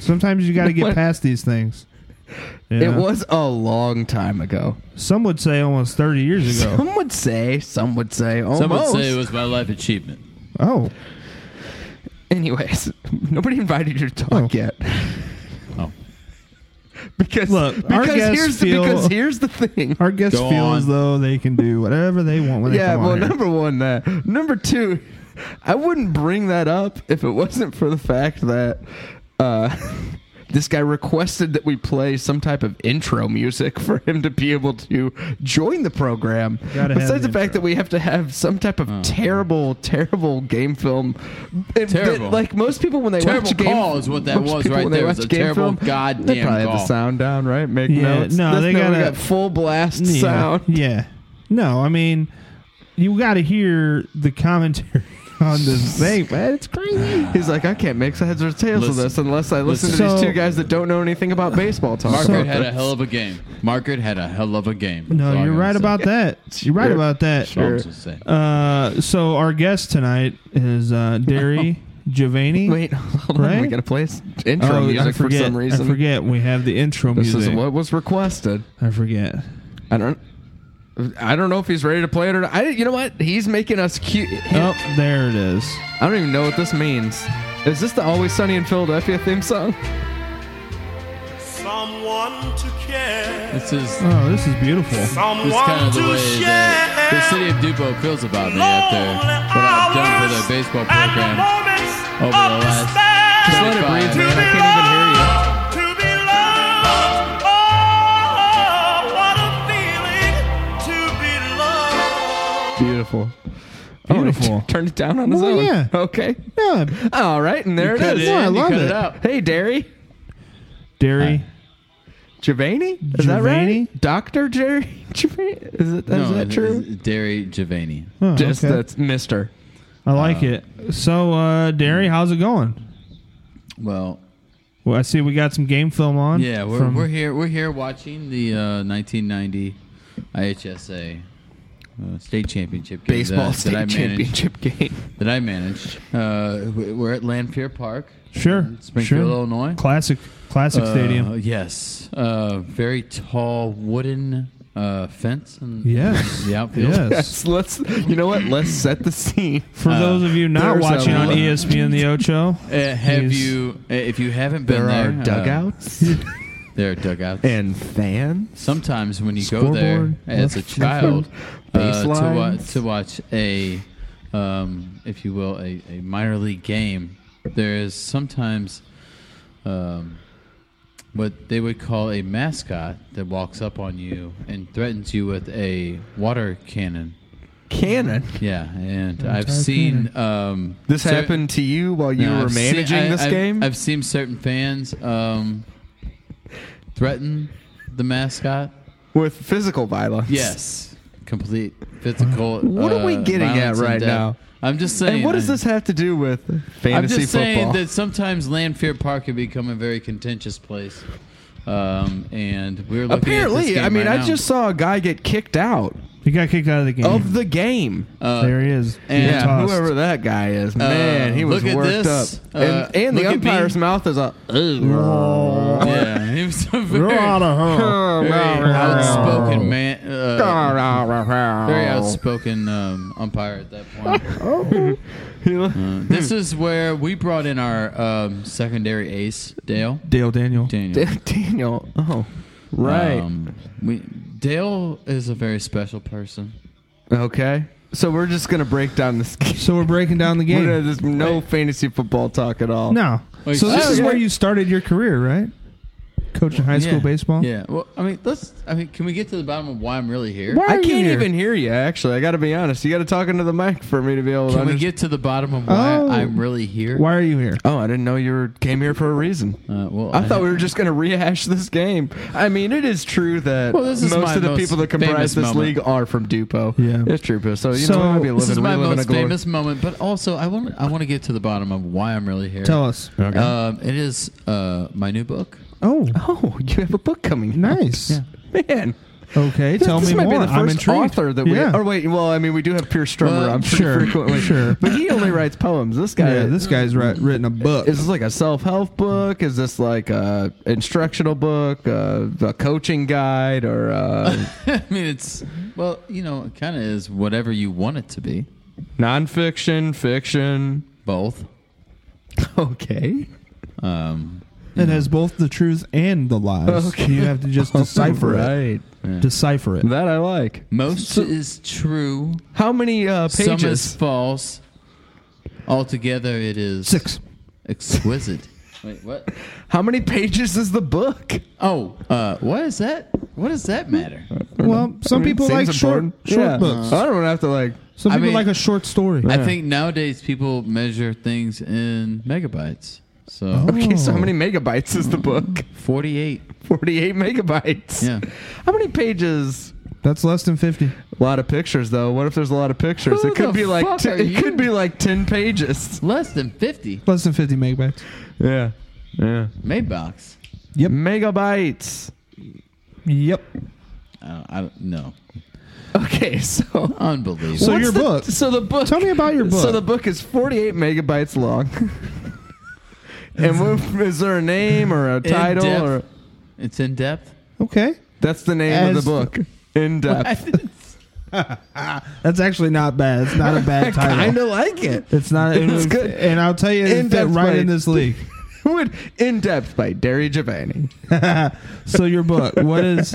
Speaker 2: sometimes you got to get past these things. you
Speaker 3: it
Speaker 2: know?
Speaker 3: was a long time ago.
Speaker 2: Some would say almost thirty years ago.
Speaker 3: Some would say, some would say, almost.
Speaker 6: Some would say it was my life achievement.
Speaker 2: oh,
Speaker 3: Anyways, nobody invited you to talk
Speaker 2: Oh.
Speaker 3: yet.
Speaker 6: Oh.
Speaker 3: Because
Speaker 2: Look, our
Speaker 3: because
Speaker 2: guests
Speaker 3: here's the,
Speaker 2: feel-
Speaker 3: because here's the thing.
Speaker 2: our guest
Speaker 6: Go
Speaker 2: feels
Speaker 6: on.
Speaker 2: though they can do whatever they want when they
Speaker 3: yeah,
Speaker 2: come
Speaker 3: well,
Speaker 2: on here.
Speaker 3: number one, that number two, I wouldn't bring that up if it wasn't for the fact that uh, this guy requested that we play some type of intro music for him to be able to join the program.
Speaker 2: Gotta have
Speaker 3: Besides the
Speaker 2: the
Speaker 3: fact that we have to have some type
Speaker 6: Oh,
Speaker 3: of terrible, terrible game film. It-
Speaker 6: Terrible.
Speaker 3: like most people when they
Speaker 6: Terrible
Speaker 3: watch a game,
Speaker 6: call is what that
Speaker 3: most
Speaker 6: was
Speaker 3: people
Speaker 6: right
Speaker 3: when they
Speaker 6: there. It was
Speaker 3: watch
Speaker 6: a
Speaker 3: game
Speaker 6: terrible
Speaker 3: film, They
Speaker 6: goddamn
Speaker 3: probably have the
Speaker 6: call.
Speaker 3: sound down, right? Make
Speaker 2: Yeah,
Speaker 3: notes.
Speaker 2: no,
Speaker 3: That's-
Speaker 2: they
Speaker 3: we
Speaker 2: gotta-
Speaker 3: got full blast
Speaker 2: Yeah.
Speaker 3: sound.
Speaker 2: Yeah. No, I mean, you got to hear the commentary on this thing, man. It's crazy.
Speaker 3: He's like, I can't make heads or tails of
Speaker 6: Listen.
Speaker 3: this unless I listen to these
Speaker 2: So-
Speaker 3: two guys that don't know anything about baseball talk.
Speaker 6: Margaret
Speaker 2: So-
Speaker 6: had a hell of a game. Margaret had a hell of a game.
Speaker 2: No,
Speaker 6: That's all I
Speaker 2: you're
Speaker 6: gotta
Speaker 2: right
Speaker 6: say.
Speaker 2: about that. You're right
Speaker 3: Sure.
Speaker 2: about that.
Speaker 6: That's all I'm just saying.
Speaker 2: Uh, so our guest tonight is uh, Derry Giovanni.
Speaker 3: Wait, hold on. We
Speaker 2: Right?
Speaker 3: gotta play s- intro
Speaker 2: Oh,
Speaker 3: music
Speaker 2: I forget.
Speaker 3: for some reason.
Speaker 2: I forget. We have the intro
Speaker 3: This
Speaker 2: music.
Speaker 3: is what was requested.
Speaker 2: I forget.
Speaker 3: I don't. I don't know if he's ready to play it or not. I, you know what? He's making us cute.
Speaker 2: Oh, there it is.
Speaker 3: I don't even know what this means. Is this the Always Sunny in Philadelphia theme song?
Speaker 5: Someone to care.
Speaker 6: This is
Speaker 2: Oh, this is beautiful.
Speaker 5: Someone
Speaker 6: this kind of the
Speaker 5: to
Speaker 6: way
Speaker 5: share.
Speaker 6: that the city of Dubo feels about me after what I've done for their baseball
Speaker 5: and the
Speaker 6: program.
Speaker 5: moments
Speaker 6: over the
Speaker 5: of
Speaker 6: last-
Speaker 5: despair.
Speaker 3: Just let it breathe,
Speaker 6: Fine.
Speaker 3: man. I can't even hear you.
Speaker 5: To be loved, oh, what a feeling to be loved.
Speaker 3: Beautiful.
Speaker 2: Beautiful.
Speaker 3: Oh, he t- turned it down on his
Speaker 2: Well,
Speaker 3: own.
Speaker 2: yeah.
Speaker 3: Okay.
Speaker 2: Yeah,
Speaker 3: All right, and there
Speaker 6: Cut
Speaker 3: it is.
Speaker 2: Yeah, I
Speaker 6: in, you
Speaker 2: love
Speaker 6: cut
Speaker 2: it.
Speaker 6: out.
Speaker 3: Hey, Derry.
Speaker 2: Derry.
Speaker 3: Giovanni? Is that
Speaker 2: Giovanni?
Speaker 3: right? Doctor Jerry Giovanni? Is, it, is
Speaker 6: No,
Speaker 3: that
Speaker 6: it's-
Speaker 3: true?
Speaker 6: it's Derry Giovanni.
Speaker 2: Oh,
Speaker 3: Just
Speaker 2: okay.
Speaker 3: that's Mister.
Speaker 2: I like it. So, uh, Derry, how's it going?
Speaker 6: Well,
Speaker 2: Well, I see we got some game film on.
Speaker 6: yeah, we're,
Speaker 2: from-
Speaker 6: we're here. We're here watching the uh, 1990 IHSA uh, state championship game
Speaker 3: Baseball
Speaker 6: that,
Speaker 3: state
Speaker 6: that I managed.
Speaker 3: championship game.
Speaker 6: That I managed. Uh, we- we're at Lanphier Park,
Speaker 2: sure,
Speaker 6: Springfield,
Speaker 2: sure.
Speaker 6: Illinois.
Speaker 2: Classic, classic
Speaker 6: Uh,
Speaker 2: stadium.
Speaker 6: yes. Uh, very tall wooden uh, fence. And
Speaker 2: Yes,
Speaker 6: The outfield.
Speaker 2: yes.
Speaker 3: Yes, let's. You know what? Let's set the scene.
Speaker 2: For those of you not
Speaker 3: Uh, there's
Speaker 2: watching
Speaker 3: a
Speaker 2: on E
Speaker 3: lot.
Speaker 2: ESPN the Ocho,
Speaker 6: Uh, have
Speaker 2: he's-
Speaker 6: you, uh, if you haven't been
Speaker 3: There
Speaker 6: there,
Speaker 3: are
Speaker 6: uh,
Speaker 3: dugouts
Speaker 6: there are dugouts.
Speaker 3: and fans.
Speaker 6: Sometimes when you go there
Speaker 2: Scoreboard,
Speaker 6: as a
Speaker 2: left
Speaker 6: child uh, to, wa-
Speaker 3: baselines.
Speaker 6: to watch a, um, if you will, a, a minor league game, there is sometimes um, what they would call a mascot that walks up on you and threatens you with a water cannon.
Speaker 3: Cannon.
Speaker 6: Yeah, and
Speaker 2: An
Speaker 6: I've
Speaker 2: entire
Speaker 6: seen um,
Speaker 3: This
Speaker 6: cer-
Speaker 3: happened to you while you
Speaker 6: No,
Speaker 3: were
Speaker 6: I've seen-
Speaker 3: managing
Speaker 6: I-
Speaker 3: this
Speaker 6: I've-
Speaker 3: game.
Speaker 6: I've seen certain fans um, threaten the mascot.
Speaker 3: with physical violence.
Speaker 6: Yes, complete physical.
Speaker 3: What are we
Speaker 6: uh,
Speaker 3: getting at
Speaker 6: violence and
Speaker 3: right
Speaker 6: death.
Speaker 3: now?
Speaker 6: I'm just saying.
Speaker 3: And what does
Speaker 6: I-
Speaker 3: this have to do with
Speaker 6: I'm
Speaker 3: fantasy
Speaker 6: just saying
Speaker 3: football?
Speaker 6: that sometimes Lanphier Park can become a very contentious place, um, and we're looking At this
Speaker 3: Apparently,
Speaker 6: game
Speaker 3: I mean,
Speaker 6: right
Speaker 3: I
Speaker 6: now.
Speaker 3: just saw a guy get kicked out
Speaker 2: he got kicked out of the game.
Speaker 3: of the game.
Speaker 6: Mm. Uh,
Speaker 2: there he is. Being
Speaker 6: and- Yeah,
Speaker 2: tossed.
Speaker 3: whoever that guy is, man, he was
Speaker 6: Uh, look at
Speaker 3: worked
Speaker 6: this.
Speaker 3: up. And,
Speaker 6: Uh,
Speaker 3: and the
Speaker 6: look at me.
Speaker 3: umpire's mouth is a.
Speaker 6: yeah, he was a
Speaker 2: You're
Speaker 6: very,
Speaker 2: out of here.
Speaker 6: Oh. very outspoken man. Uh, very outspoken um, umpire at that point.
Speaker 3: Oh.
Speaker 6: Uh, this is where we brought in our um, secondary ace, Dale.
Speaker 2: Dale Daniel.
Speaker 6: Daniel.
Speaker 3: Daniel. Oh, right.
Speaker 6: Um, we, Dale is a very special person.
Speaker 3: okay. So we're just gonna break down this game.
Speaker 2: So we're breaking down the
Speaker 3: We're gonna-
Speaker 2: game.
Speaker 3: There's no fantasy football talk at all.
Speaker 2: No.
Speaker 6: Wait,
Speaker 2: So this
Speaker 6: so-
Speaker 2: is where you started your career, right? Coaching high school
Speaker 6: yeah.
Speaker 2: baseball.
Speaker 6: Yeah. Well, I mean, let's. I mean, can we get to the bottom of why I'm really here?
Speaker 2: are
Speaker 3: I
Speaker 2: you
Speaker 3: can't
Speaker 2: here?
Speaker 3: even hear you. Actually, I got to be honest. You got to talk into the mic for me to be able to.
Speaker 6: Can we
Speaker 3: understand-
Speaker 6: get to the bottom of why
Speaker 2: Oh.
Speaker 6: I'm really here?
Speaker 2: Why are you here?
Speaker 3: Oh, I didn't know you were, came here for a reason.
Speaker 6: Uh, well,
Speaker 3: I thought we were just going to rehash this game. I mean, it is true that
Speaker 6: Well, this is
Speaker 3: most
Speaker 6: my
Speaker 3: of the
Speaker 6: most
Speaker 3: people that
Speaker 6: famous
Speaker 3: comprise this
Speaker 6: moment.
Speaker 3: league are from Dupo.
Speaker 2: Yeah.
Speaker 3: it's true. But so you
Speaker 2: So,
Speaker 3: know, I'd be living,
Speaker 6: This is my
Speaker 3: we live in a
Speaker 6: most
Speaker 3: glory.
Speaker 6: famous moment, but also I want I want to get to the bottom of why I'm really here.
Speaker 2: Tell us.
Speaker 3: Okay.
Speaker 6: Um, it is uh, my new book.
Speaker 2: Oh,
Speaker 3: oh, you have a book coming.
Speaker 2: nice.
Speaker 3: out. man.
Speaker 2: Okay, tell
Speaker 3: this
Speaker 2: me
Speaker 3: might
Speaker 2: more.
Speaker 3: be the
Speaker 2: I'm
Speaker 3: first
Speaker 2: intrigued.
Speaker 3: author that we.
Speaker 2: Yeah.
Speaker 3: Or wait, well, I mean, we do have Pierce Strummer
Speaker 6: Well,
Speaker 3: on pretty
Speaker 2: sure,
Speaker 3: frequently,
Speaker 2: sure.
Speaker 3: but he only writes poems. This guy,
Speaker 2: yeah, this guy's ri- written a book.
Speaker 3: Is this like a self help book? Is this like a instructional book, uh, a coaching guide, or uh
Speaker 6: I mean, it's well, you know, it kind of is whatever you want it to be.
Speaker 3: nonfiction, fiction?
Speaker 6: Both.
Speaker 3: Okay.
Speaker 6: Um,
Speaker 2: It has both the truth and the lies.
Speaker 3: Okay.
Speaker 2: You have to just decipher it.
Speaker 3: right.
Speaker 2: Decipher it.
Speaker 3: That I like.
Speaker 6: most is true.
Speaker 3: How many uh,
Speaker 6: Some is
Speaker 3: pages?
Speaker 6: false. Altogether, it is
Speaker 2: Six.
Speaker 6: Exquisite. Wait, what?
Speaker 3: How many pages is the book?
Speaker 6: Oh, uh, what is that? What does that matter?
Speaker 2: Well, some
Speaker 6: Mm,
Speaker 2: people
Speaker 3: Seems
Speaker 2: like short,
Speaker 3: important.
Speaker 2: short
Speaker 3: Yeah.
Speaker 2: books.
Speaker 3: I don't have to like.
Speaker 2: Some
Speaker 6: I
Speaker 2: people
Speaker 6: mean-
Speaker 2: like a short story.
Speaker 6: I think nowadays people measure things in megabytes. So
Speaker 2: Oh.
Speaker 3: Okay, so how many megabytes is the book?
Speaker 6: 48.
Speaker 3: Forty-eight megabytes.
Speaker 6: Yeah.
Speaker 3: How many pages?
Speaker 2: That's less than 50.
Speaker 3: A lot of pictures, though. What if there's a lot of pictures?
Speaker 6: Who
Speaker 3: it could
Speaker 6: the
Speaker 3: be like
Speaker 6: fuck
Speaker 3: t-
Speaker 6: are
Speaker 3: it
Speaker 6: you?
Speaker 3: could be like ten pages.
Speaker 6: Less than 50.
Speaker 2: Less than 50 megabytes.
Speaker 3: Yeah. Yeah.
Speaker 6: Maybox.
Speaker 3: Megabytes.
Speaker 2: Yep.
Speaker 6: I don't, I don't know.
Speaker 3: Okay, so
Speaker 6: Unbelievable.
Speaker 2: So
Speaker 3: What's
Speaker 2: your
Speaker 3: the-
Speaker 2: book.
Speaker 3: So the book.
Speaker 2: Tell me about your book.
Speaker 3: So the book is 48 megabytes long. and what, is there a name or a title
Speaker 6: depth.
Speaker 3: or
Speaker 6: it's in depth.
Speaker 2: okay.
Speaker 3: that's the name of
Speaker 2: As-
Speaker 3: the book? In depth.
Speaker 2: That's actually not bad. It's not a bad title.
Speaker 3: kind of like it.
Speaker 2: It's not. It
Speaker 3: It's
Speaker 2: was,
Speaker 3: good.
Speaker 2: good. And I'll tell you, it fit
Speaker 3: In-depth
Speaker 2: right in
Speaker 3: by-
Speaker 2: this league.
Speaker 3: Would in depth by Derry Giovanni.
Speaker 2: so your book. What is?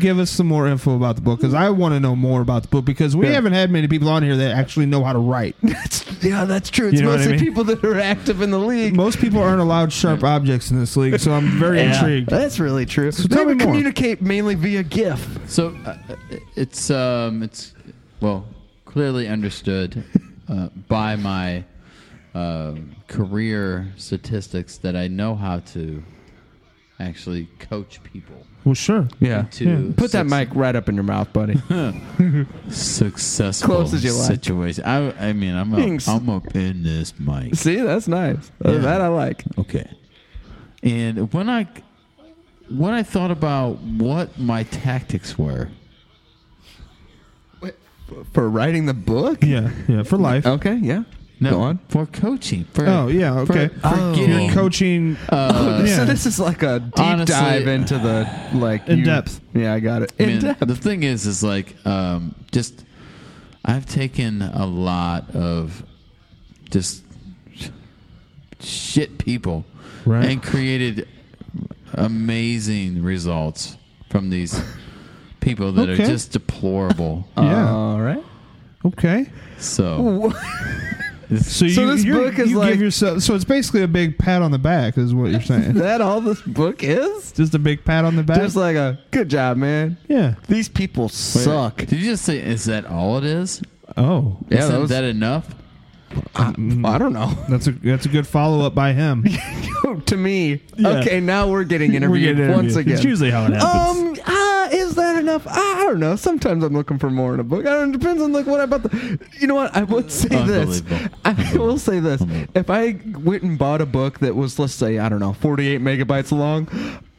Speaker 2: Give us some more info about the book because I want to know more about the book because we
Speaker 3: Yeah.
Speaker 2: haven't had many people on here that actually know how to write.
Speaker 3: That's yeah, that's true. It's
Speaker 2: You know what I
Speaker 3: mostly
Speaker 2: mean?
Speaker 3: people that are active in the league.
Speaker 2: Most people aren't allowed sharp objects in this league, so I'm very intrigued.
Speaker 3: That's really true. So
Speaker 2: tell
Speaker 3: they
Speaker 2: me
Speaker 3: would
Speaker 2: more.
Speaker 3: communicate mainly via GIF.
Speaker 6: So uh, it's um it's well clearly understood uh, by my um career statistics that I know how to actually coach people
Speaker 2: Well, sure.
Speaker 3: Yeah.
Speaker 6: to
Speaker 3: Put that
Speaker 6: suc-
Speaker 3: mic right up in your mouth, buddy.
Speaker 6: successful
Speaker 3: Close as you like.
Speaker 6: situation. I I mean I'm
Speaker 3: Thanks.
Speaker 6: up, I'm up in this mic.
Speaker 3: See, that's nice. Uh,
Speaker 6: Yeah.
Speaker 3: That I like.
Speaker 6: Okay. And when I when I thought about what my tactics were,
Speaker 3: For writing the book?
Speaker 2: Yeah. Yeah. For life.
Speaker 3: Okay, yeah.
Speaker 6: no,
Speaker 3: Go on.
Speaker 6: for coaching, for
Speaker 2: Oh yeah.
Speaker 6: for-
Speaker 2: Okay.
Speaker 6: for getting
Speaker 2: Coaching.
Speaker 6: uh,
Speaker 2: yeah.
Speaker 3: So this is like a deep
Speaker 6: Honestly-
Speaker 3: dive into the like
Speaker 2: In depth.
Speaker 3: Yeah, I got it.
Speaker 6: I
Speaker 3: In
Speaker 6: mean,
Speaker 3: depth.
Speaker 6: The thing is, is like, um, just I've taken a lot of just shit people
Speaker 2: Right.
Speaker 6: and created amazing results from these people that
Speaker 2: Okay.
Speaker 6: are just deplorable.
Speaker 2: yeah.
Speaker 3: All right.
Speaker 2: okay.
Speaker 3: Oh.
Speaker 6: so
Speaker 2: So, you,
Speaker 3: So this
Speaker 2: you're-
Speaker 3: book is
Speaker 2: you
Speaker 3: like-
Speaker 2: give yourself. So it's basically a big pat on the back, is what you're
Speaker 3: Is
Speaker 2: saying.
Speaker 3: that all this book is?
Speaker 2: Just a big pat on the back.
Speaker 3: Just like a good job, man.
Speaker 2: yeah.
Speaker 3: These people suck.
Speaker 6: did you just say is that all it is?
Speaker 2: Oh.
Speaker 3: Yeah,
Speaker 6: Isn't
Speaker 3: that was-
Speaker 6: that enough?
Speaker 3: I don't know.
Speaker 2: That's a that's a good follow up by him.
Speaker 3: to me.
Speaker 2: Yeah.
Speaker 3: Okay, now we're getting interviewed once again.
Speaker 2: It's usually how it happens.
Speaker 3: um, ah, is that enough? I, I don't know. Sometimes I'm looking for more in a book. I don't. It depends on like what I about the. You know what? I would say this.
Speaker 6: Unbelievable.
Speaker 3: I will say this.
Speaker 6: Unbelievable.
Speaker 3: If I went and bought a book that was, let's say, I don't know, 48 megabytes long,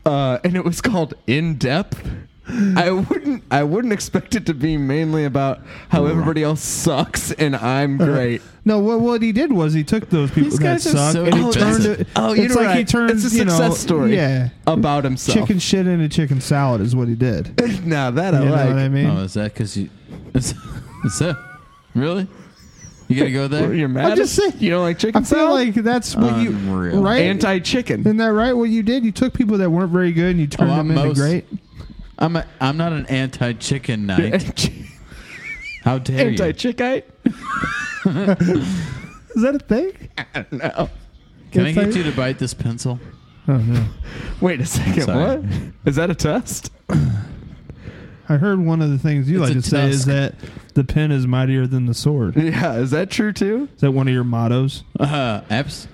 Speaker 3: uh, and it was called In Depth. I wouldn't. I wouldn't expect it to be mainly about how everybody else sucks and I'm
Speaker 2: Uh-huh.
Speaker 3: great.
Speaker 2: no, what what he did was he took those people
Speaker 6: These
Speaker 2: that
Speaker 6: guys are
Speaker 2: suck
Speaker 6: so
Speaker 2: and he
Speaker 6: defensive.
Speaker 2: turned it.
Speaker 3: Oh, you're
Speaker 2: it's like he
Speaker 3: right.
Speaker 2: turned
Speaker 3: It's a
Speaker 2: you know,
Speaker 3: success story.
Speaker 2: Yeah,
Speaker 3: About himself.
Speaker 2: chicken shit into chicken salad is what he did. You
Speaker 3: now that I
Speaker 2: know
Speaker 3: like.
Speaker 2: what I mean?
Speaker 6: Oh, is that because you? Is, is that really? You gotta go there.
Speaker 3: You're mad.
Speaker 2: I'm just
Speaker 3: at-
Speaker 2: saying.
Speaker 3: You don't like chicken
Speaker 2: I feel
Speaker 3: salad?
Speaker 2: like that's what you
Speaker 6: Unreal.
Speaker 2: right.
Speaker 3: Anti-chicken.
Speaker 2: Isn't that right? What you did? You took people that weren't very good and you turned
Speaker 6: Oh,
Speaker 2: them
Speaker 6: I'm
Speaker 2: into
Speaker 6: most-
Speaker 2: great.
Speaker 6: I'm a, I'm not an anti-chicken knight. How dare you?
Speaker 3: Anti-chickite.
Speaker 2: Is that a thing?
Speaker 3: No.
Speaker 6: Can I get
Speaker 2: anti-
Speaker 6: you to bite this pencil?
Speaker 2: Oh
Speaker 3: Uh-huh.
Speaker 2: no!
Speaker 3: Wait a second.
Speaker 6: Sorry.
Speaker 3: What? Is that a test?
Speaker 2: I heard one of the things you
Speaker 6: It's
Speaker 2: like
Speaker 6: a
Speaker 2: to say is
Speaker 6: tusk.
Speaker 2: that the pen is mightier than the sword. Is
Speaker 3: Yeah. Is that true too?
Speaker 2: that one of your mottos?
Speaker 6: Uh, abs.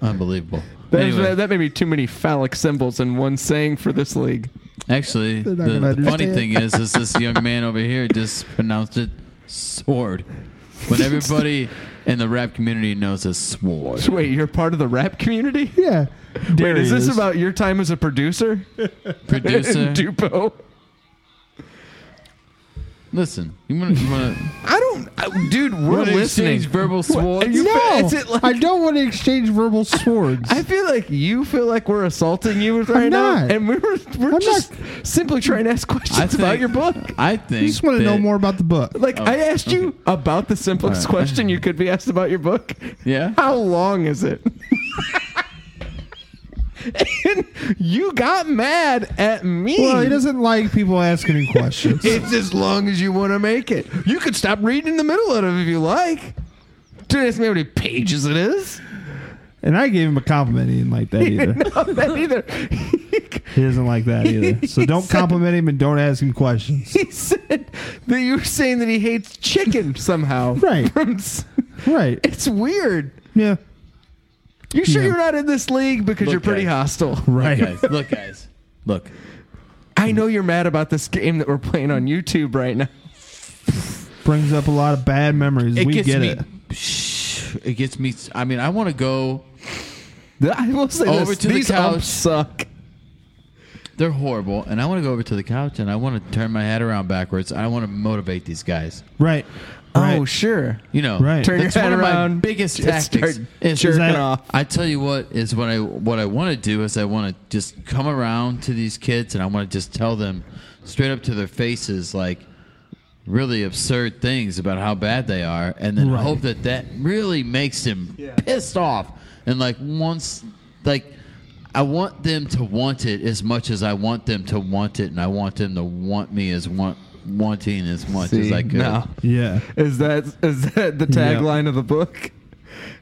Speaker 6: Unbelievable.
Speaker 3: That,
Speaker 6: Anyway,
Speaker 3: that may be too many phallic symbols in one saying for this league.
Speaker 6: actually, the,
Speaker 2: not gonna
Speaker 6: the funny
Speaker 2: understand.
Speaker 6: thing is, is this young man over here just pronounced it sword, but everybody in the rap community knows as sword.
Speaker 3: So wait, you're part of the rap community?
Speaker 2: Yeah.
Speaker 3: Wait, is this
Speaker 2: Darius.
Speaker 3: about your time as a producer?
Speaker 6: Producer,
Speaker 3: Dupo.
Speaker 6: listen. You want to? You want to?
Speaker 3: I don't, I, dude. We're
Speaker 6: Wanna
Speaker 3: listening.
Speaker 6: exchange verbal swords?
Speaker 3: Are you-
Speaker 2: No,
Speaker 3: Is it like-
Speaker 2: I don't want to exchange verbal swords.
Speaker 3: I feel like you feel like we're assaulting you right now,
Speaker 2: not.
Speaker 3: and we we're we're
Speaker 2: I'm
Speaker 3: just
Speaker 2: not.
Speaker 3: simply trying to ask questions
Speaker 6: I
Speaker 3: about
Speaker 6: think-
Speaker 3: your book.
Speaker 6: I think.
Speaker 2: I just want to know
Speaker 6: that-
Speaker 2: more about the book.
Speaker 3: Like I asked you about the simplest
Speaker 6: Oh, All right.
Speaker 3: question you could be asked about your book.
Speaker 6: Yeah.
Speaker 3: How long is it? and you got mad at me.
Speaker 2: Well, he doesn't like people asking him questions.
Speaker 3: It's as long as you want to make it. You could stop reading in the middle of it if you like. Don't ask me how many pages it is.
Speaker 2: And I gave him a compliment. He didn't like that either.
Speaker 3: Not that either.
Speaker 2: He doesn't like that either. So
Speaker 3: He
Speaker 2: don't
Speaker 3: said-
Speaker 2: compliment him and don't ask him questions.
Speaker 3: he said that you were saying that he hates chicken somehow.
Speaker 2: Right. Right.
Speaker 3: It's weird.
Speaker 2: Yeah.
Speaker 3: You sure
Speaker 2: Yeah.
Speaker 3: you're not in this league because
Speaker 6: Look,
Speaker 3: you're pretty
Speaker 6: guys.
Speaker 3: hostile?
Speaker 6: Look,
Speaker 2: Right.
Speaker 6: guys. Look, guys. Look.
Speaker 3: I know you're mad about this game that we're playing on YouTube right now.
Speaker 2: Brings up a lot of bad memories. we get
Speaker 6: me.
Speaker 2: it.
Speaker 6: Psh, It gets me. I mean, I want to go.
Speaker 3: I will say
Speaker 6: Over
Speaker 3: this:
Speaker 6: to the
Speaker 3: these
Speaker 6: couch.
Speaker 3: umps suck.
Speaker 6: They're horrible, and I want to go over to the couch and I want to turn my head around backwards. I want to motivate these guys.
Speaker 2: Right. Right.
Speaker 3: Oh sure,
Speaker 6: You know,
Speaker 2: Right.
Speaker 3: turn
Speaker 6: That's
Speaker 3: your head
Speaker 6: one of my
Speaker 3: around.
Speaker 6: biggest
Speaker 3: and
Speaker 6: tactics
Speaker 3: Start
Speaker 6: is-
Speaker 3: jerking
Speaker 2: that-
Speaker 3: off.
Speaker 6: I tell you what is what I what I want to do is I want to just come around to these kids and I want to just tell them straight up to their faces like really absurd things about how bad they are and then
Speaker 2: Right.
Speaker 6: hope that that really makes them pissed off and like once like I want them to want it as much as I want them to want it and I want them to want me as want wanting as much as
Speaker 3: See,
Speaker 6: I could.
Speaker 3: no.
Speaker 2: yeah.
Speaker 3: Is that is that the
Speaker 2: Yeah.
Speaker 3: tagline of the book?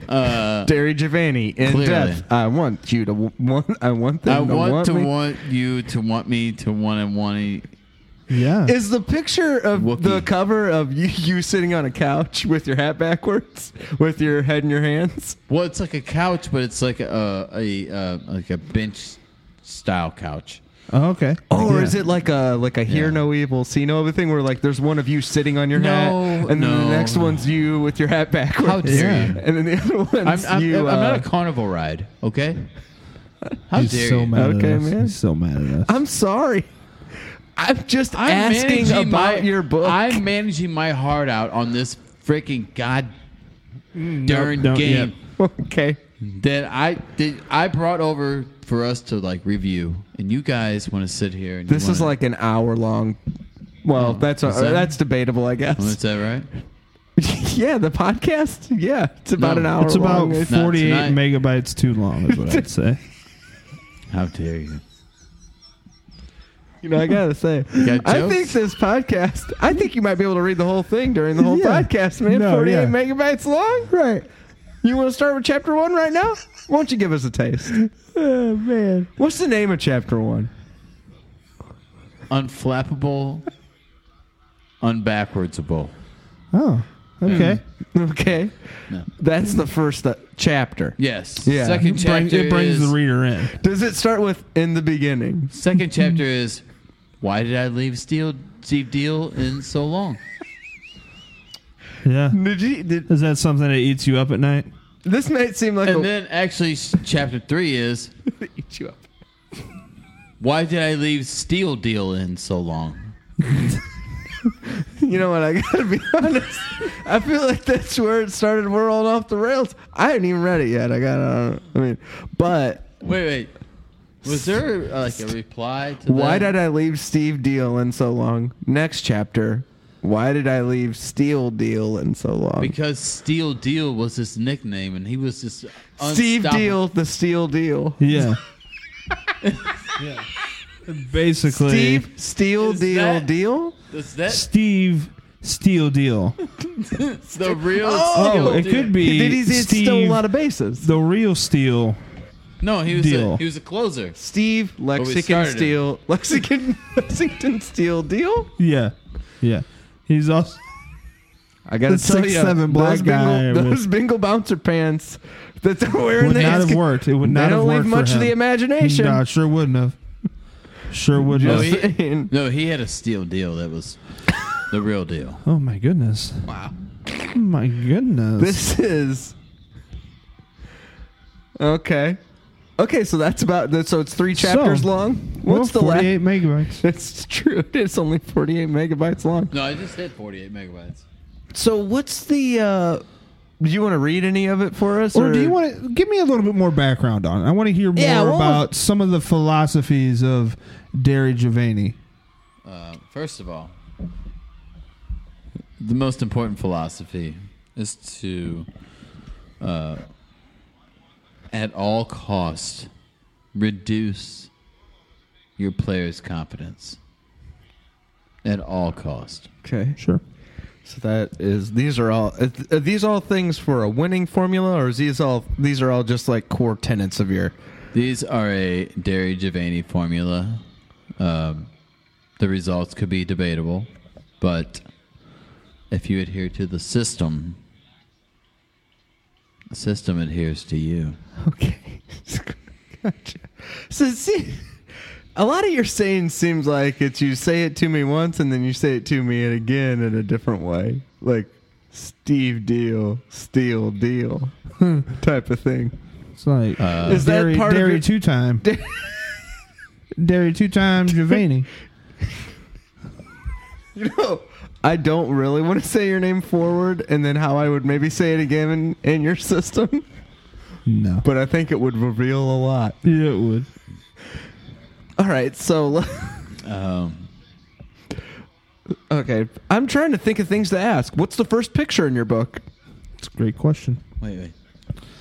Speaker 6: Uh,
Speaker 3: Derry Giovanni in
Speaker 6: Clearly.
Speaker 3: death. I want you to w- want. I want them
Speaker 6: I
Speaker 3: to
Speaker 6: want,
Speaker 3: want
Speaker 6: to
Speaker 3: me.
Speaker 6: want you to want me to want and want e-
Speaker 2: Yeah.
Speaker 3: Is the picture of
Speaker 6: Wookie.
Speaker 3: the cover of you, you sitting on a couch with your hat backwards, with your head in your hands?
Speaker 6: Well, it's like a couch, but it's like a a, uh like a bench style couch.
Speaker 2: oh, okay.
Speaker 3: Or
Speaker 2: Yeah.
Speaker 3: is it like a like a hear
Speaker 6: Yeah.
Speaker 3: no evil, see no evil thing where like there's one of you sitting on your hat,
Speaker 6: No,
Speaker 3: and then
Speaker 6: no,
Speaker 3: the next
Speaker 6: no.
Speaker 3: one's you with your hat backwards.
Speaker 6: How dare
Speaker 2: Yeah.
Speaker 6: you?
Speaker 3: And then the other
Speaker 6: I'm,
Speaker 3: one's
Speaker 6: I'm,
Speaker 3: you.
Speaker 6: I'm not a
Speaker 3: uh,
Speaker 6: carnival ride, okay? How
Speaker 2: He's
Speaker 6: dare
Speaker 2: so
Speaker 6: you?
Speaker 2: mad
Speaker 3: Okay,
Speaker 2: at us.
Speaker 3: man.
Speaker 2: He's so mad at us.
Speaker 3: I'm sorry. I'm just
Speaker 6: I'm
Speaker 3: asking
Speaker 6: managing
Speaker 3: about
Speaker 6: my-
Speaker 3: your book.
Speaker 6: I'm managing my heart out on this freaking god
Speaker 3: Mm,
Speaker 6: darn
Speaker 2: don't-
Speaker 6: game
Speaker 3: okay.
Speaker 6: that I did. I brought over for us to like review, and you guys want to sit here. And you
Speaker 3: This is
Speaker 6: wanna-
Speaker 3: like an hour long. Well, that's uh,
Speaker 6: is that-
Speaker 3: that's debatable, I
Speaker 6: Oh, is
Speaker 3: guess.
Speaker 6: that right?
Speaker 3: yeah, the podcast. Yeah, it's about
Speaker 6: No,
Speaker 3: an hour.
Speaker 2: it's about
Speaker 3: long. It's-
Speaker 6: Not
Speaker 2: 48
Speaker 6: tonight.
Speaker 2: megabytes too long, is what I'd say.
Speaker 6: How dare you?
Speaker 3: you know, I gotta say,
Speaker 6: got
Speaker 3: I
Speaker 6: jokes?
Speaker 3: think this podcast. I think you might be able to read the whole thing during the whole
Speaker 2: Yeah.
Speaker 3: podcast, man.
Speaker 2: No,
Speaker 3: Forty-eight
Speaker 2: yeah.
Speaker 3: megabytes long.
Speaker 2: Right.
Speaker 3: You want to start with chapter one right now? Why don't you give us a taste?
Speaker 2: Oh, man.
Speaker 3: What's the name of chapter one?
Speaker 6: Unflappable, unbackwardsable.
Speaker 2: Oh, okay.
Speaker 3: Okay,
Speaker 6: No.
Speaker 3: that's the first uh, chapter.
Speaker 6: Yes.
Speaker 3: Yeah.
Speaker 6: Second
Speaker 2: It brings-
Speaker 6: chapter
Speaker 2: it brings
Speaker 6: is,
Speaker 2: the reader in.
Speaker 3: Does it start with in the beginning?
Speaker 6: Second chapter is why did I leave Steel Steve Deal in so long?
Speaker 2: Yeah.
Speaker 3: Did you, did,
Speaker 2: Is that something that eats you up at night?
Speaker 3: this might seem like a
Speaker 6: And then actually s- chapter three is
Speaker 3: eat you up.
Speaker 6: why did I leave Steel Deal in so long?
Speaker 3: You know what? I gotta be honest. I feel like that's where it started. We're all off the rails. I haven't even read it yet. I got. I, I mean, but
Speaker 6: Wait, wait. Was there uh, like a reply to
Speaker 3: why
Speaker 6: that?
Speaker 3: did I leave Steve Deal in so long? Next chapter. Why did I leave Steel Deal in so long?
Speaker 6: Because Steel Deal was his nickname, and he was just
Speaker 3: Steve
Speaker 6: unstoppable.
Speaker 3: Deal, the Steel Deal.
Speaker 2: Yeah. yeah. Basically,
Speaker 3: Steve Steel
Speaker 6: Is
Speaker 3: Deal
Speaker 6: that-
Speaker 3: Deal.
Speaker 6: Is that
Speaker 2: Steve Steel Deal.
Speaker 6: the real Steel
Speaker 2: Oh, it
Speaker 6: Deal?
Speaker 2: could be
Speaker 3: Did he
Speaker 2: Steve,
Speaker 3: steal a lot of bases?
Speaker 2: the real Steel.
Speaker 6: No, he was a,
Speaker 2: Deal.
Speaker 6: he was a closer.
Speaker 3: Steve Lexington
Speaker 6: started Oh, it.
Speaker 3: Steel Lexington Lexington Steel Deal.
Speaker 2: Yeah. Yeah. He's also
Speaker 3: I gotta
Speaker 2: The
Speaker 3: tell
Speaker 2: six,
Speaker 3: you,
Speaker 2: seven
Speaker 3: those
Speaker 2: black guy
Speaker 3: bingle, those
Speaker 2: with-
Speaker 3: bingle bouncer pants that they're wearing
Speaker 2: would
Speaker 3: they
Speaker 2: not have
Speaker 3: ask-
Speaker 2: worked. It would
Speaker 3: They
Speaker 2: not have
Speaker 3: don't
Speaker 2: worked
Speaker 3: leave much
Speaker 2: for
Speaker 3: to
Speaker 2: him.
Speaker 3: the imagination.
Speaker 2: Nah, sure wouldn't have. Sure wouldn't
Speaker 6: No
Speaker 2: have.
Speaker 3: Just
Speaker 6: he,
Speaker 3: saying.
Speaker 6: no, he had a Steel Deal that was the real deal.
Speaker 2: Oh my goodness. Wow. My goodness.
Speaker 3: This is okay. Okay, so that's about. that- So it's three chapters long. What's
Speaker 2: well,
Speaker 3: the last?
Speaker 2: 48 megabytes.
Speaker 3: It's true. It's only forty-eight megabytes long.
Speaker 6: No, I just hit 48 megabytes.
Speaker 3: So what's the? uh Do you want to read any of it for us,
Speaker 2: Or do you want to give me a little bit more background on? it? I want to hear more
Speaker 3: Yeah, what was-
Speaker 2: about some of the philosophies of Derry Giovanni.
Speaker 6: Uh, first of all, the most important philosophy is to, uh, at all costs, reduce your player's confidence. At all cost.
Speaker 3: Okay.
Speaker 2: Sure.
Speaker 3: So that is these are all are these all things for a winning formula, or is these all these are all just like core tenets of your
Speaker 6: These are a Dairy Giovanni formula. Um, the results could be debatable, but if you adhere to the system, the system adheres to you.
Speaker 3: Okay. gotcha. So see, a lot of your saying seems like it's you say it to me once and then you say it to me and again in a different way. Like Steve Deal, Steel Deal type of thing.
Speaker 2: It's like
Speaker 3: Is that
Speaker 2: dairy,
Speaker 3: part of
Speaker 2: dairy
Speaker 3: your-
Speaker 2: two time? dairy two time Giovanni.
Speaker 3: You know, I don't really want to say your name forward and then how I would maybe say it again in, in your system,
Speaker 2: No,
Speaker 3: but I think it would reveal a lot.
Speaker 2: yeah, it would.
Speaker 3: All right, so
Speaker 6: Um,
Speaker 3: okay, I'm trying to think of things to ask. What's the first picture in your book?
Speaker 2: It's a great question.
Speaker 6: wait, wait.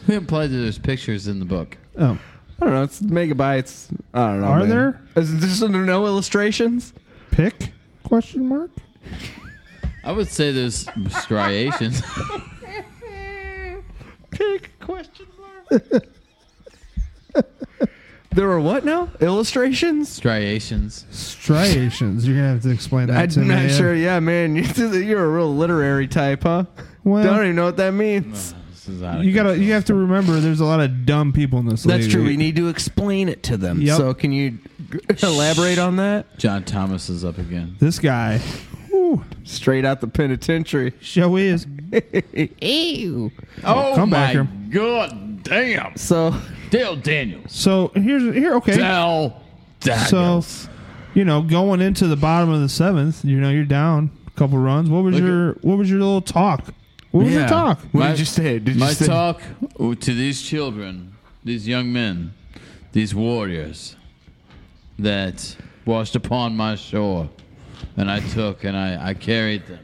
Speaker 6: Who implied that there's pictures in the book?
Speaker 2: Oh,
Speaker 3: I don't know. It's megabytes. I don't know.
Speaker 2: Are
Speaker 3: man.
Speaker 2: there?
Speaker 3: Is this no illustrations?
Speaker 2: pick question mark?
Speaker 6: I would say there's striations.
Speaker 3: Pick question mark. there are what now? Illustrations?
Speaker 6: striations.
Speaker 2: Striations. You're gonna have to explain that to
Speaker 3: I'm
Speaker 2: me.
Speaker 3: not sure. Yeah, man, you're a real literary type, huh?
Speaker 2: Well-
Speaker 3: don't even know what that means.
Speaker 6: This is out of
Speaker 2: You gotta. You have to remember. There's a lot of dumb people in this.
Speaker 3: That's
Speaker 2: league.
Speaker 3: true. We need to explain it to them.
Speaker 2: Yep.
Speaker 3: So can you g- elaborate on that?
Speaker 6: John Thomas is up again.
Speaker 2: This guy. Whew,
Speaker 3: Straight out the penitentiary.
Speaker 2: show is.
Speaker 3: Ew.
Speaker 6: Oh
Speaker 2: Come back here.
Speaker 6: god damn.
Speaker 3: So
Speaker 6: Dale Daniels.
Speaker 2: So here's here. Okay.
Speaker 6: Dale
Speaker 2: So,
Speaker 6: Daniels.
Speaker 2: you know, going into the bottom of the seventh, you know, you're down a couple runs. What was
Speaker 6: Look
Speaker 2: your What was your little talk? What was your
Speaker 6: Yeah.
Speaker 2: talk?
Speaker 3: what
Speaker 6: My-
Speaker 3: did you say? Did you
Speaker 6: my
Speaker 3: say
Speaker 6: talk to these children, these young men, these warriors that washed upon my shore, and I took and I, I carried them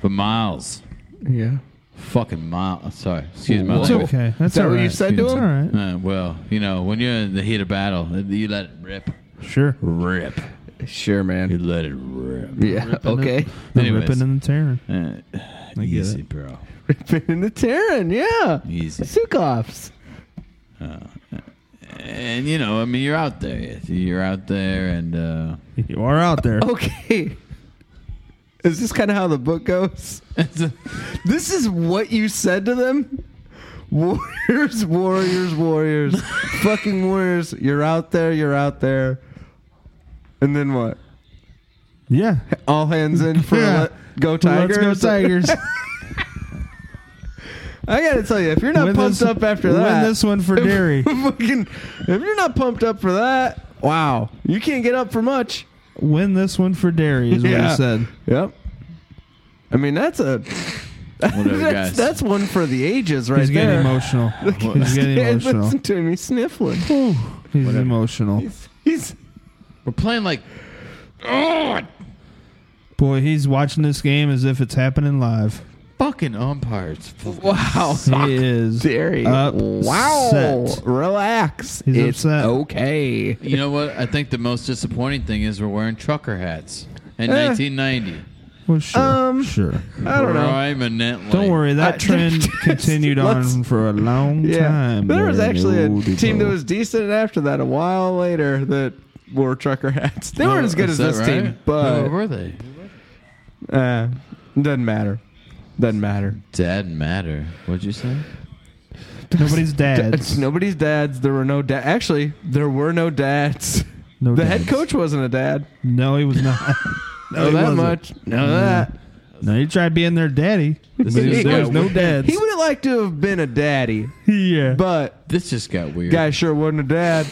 Speaker 6: for miles,
Speaker 3: Yeah.
Speaker 6: fucking miles. Sorry, excuse my
Speaker 2: It's
Speaker 6: language.
Speaker 2: okay. That's
Speaker 3: Is that
Speaker 2: all
Speaker 3: what you
Speaker 2: right.
Speaker 3: said to
Speaker 2: It's
Speaker 3: him?
Speaker 2: all right.
Speaker 6: Uh, well, you know, when you're in the heat of battle, uh, you let it rip,
Speaker 2: Sure.
Speaker 6: rip,
Speaker 3: Sure,
Speaker 6: you
Speaker 3: man.
Speaker 6: let it rip.
Speaker 3: Yeah. Okay.
Speaker 2: The
Speaker 6: Anyways.
Speaker 2: ripping and the tearing.
Speaker 6: Uh,
Speaker 2: get
Speaker 6: easy,
Speaker 2: it.
Speaker 6: bro.
Speaker 3: Ripping the Terran. Yeah.
Speaker 6: Easy.
Speaker 3: Sukovs.
Speaker 6: And you know, I mean, you're out there. You're out there, and uh,
Speaker 2: You are out there.
Speaker 3: Okay. Is this kind of how the book goes?
Speaker 6: it's a-
Speaker 3: This is what you said to them? Warriors, warriors, warriors. fucking warriors. You're out there, you're out there. And then what?
Speaker 2: Yeah.
Speaker 3: All hands in for
Speaker 2: Yeah.
Speaker 3: let, go Tigers.
Speaker 2: Let's go Tigers.
Speaker 3: I gotta tell you, if you're not
Speaker 2: Win
Speaker 3: pumped
Speaker 2: this-
Speaker 3: up after
Speaker 2: win
Speaker 3: that,
Speaker 2: this one for Derry.
Speaker 3: fucking, if you're not pumped up for that, wow, you can't get up for much.
Speaker 2: Win this one for Derry is what
Speaker 3: Yeah.
Speaker 2: he said.
Speaker 3: Yep. I mean, that's a
Speaker 6: whatever,
Speaker 3: that's,
Speaker 6: guys.
Speaker 3: that's one for the ages, right
Speaker 2: He's getting
Speaker 3: there.
Speaker 2: emotional. He's getting
Speaker 3: Yeah,
Speaker 2: emotional.
Speaker 3: Listen to me sniffling.
Speaker 2: Whew. He's emotional.
Speaker 3: He's, he's
Speaker 6: We're playing like
Speaker 2: Boy, he's watching this game as if it's happening live.
Speaker 6: fucking umpires.
Speaker 3: wow,
Speaker 2: He is.
Speaker 3: Derry. Wow,
Speaker 2: upset.
Speaker 3: relax.
Speaker 2: He's
Speaker 3: it's
Speaker 2: upset.
Speaker 3: okay.
Speaker 6: You know what? I think the most disappointing thing is we're wearing trucker hats in 1990.
Speaker 2: Well, sure.
Speaker 3: Um,
Speaker 2: sure.
Speaker 3: Eh. I don't know.
Speaker 6: Prominently.
Speaker 2: Oh, Don't worry, that
Speaker 3: I-
Speaker 2: trend continued
Speaker 3: Let's-
Speaker 2: on for a long
Speaker 3: Yeah,
Speaker 2: time.
Speaker 3: there was
Speaker 2: there,
Speaker 3: actually a
Speaker 2: old
Speaker 3: team
Speaker 2: people.
Speaker 3: that was decent after that. A while later, that wore trucker hats. They weren't as good as
Speaker 6: Oh, Is that
Speaker 3: this
Speaker 6: right?
Speaker 3: team, but
Speaker 6: Who were they?
Speaker 3: uh, doesn't matter. Doesn't matter.
Speaker 6: Dad matter. What'd you say?
Speaker 2: nobody's dads.
Speaker 3: Nobody's dads. There were no dad. Actually, there were no dads.
Speaker 2: No
Speaker 3: the head
Speaker 2: dads.
Speaker 3: coach wasn't a dad.
Speaker 2: No, he was not. no,
Speaker 3: Know
Speaker 2: he
Speaker 3: that
Speaker 2: wasn't.
Speaker 3: much. Know that.
Speaker 2: No, he tried being their daddy. But
Speaker 6: is-
Speaker 2: he- there was no dads.
Speaker 3: He would have liked to have been a daddy,
Speaker 2: yeah,
Speaker 3: but
Speaker 6: This just got weird.
Speaker 3: guy sure wasn't a dad.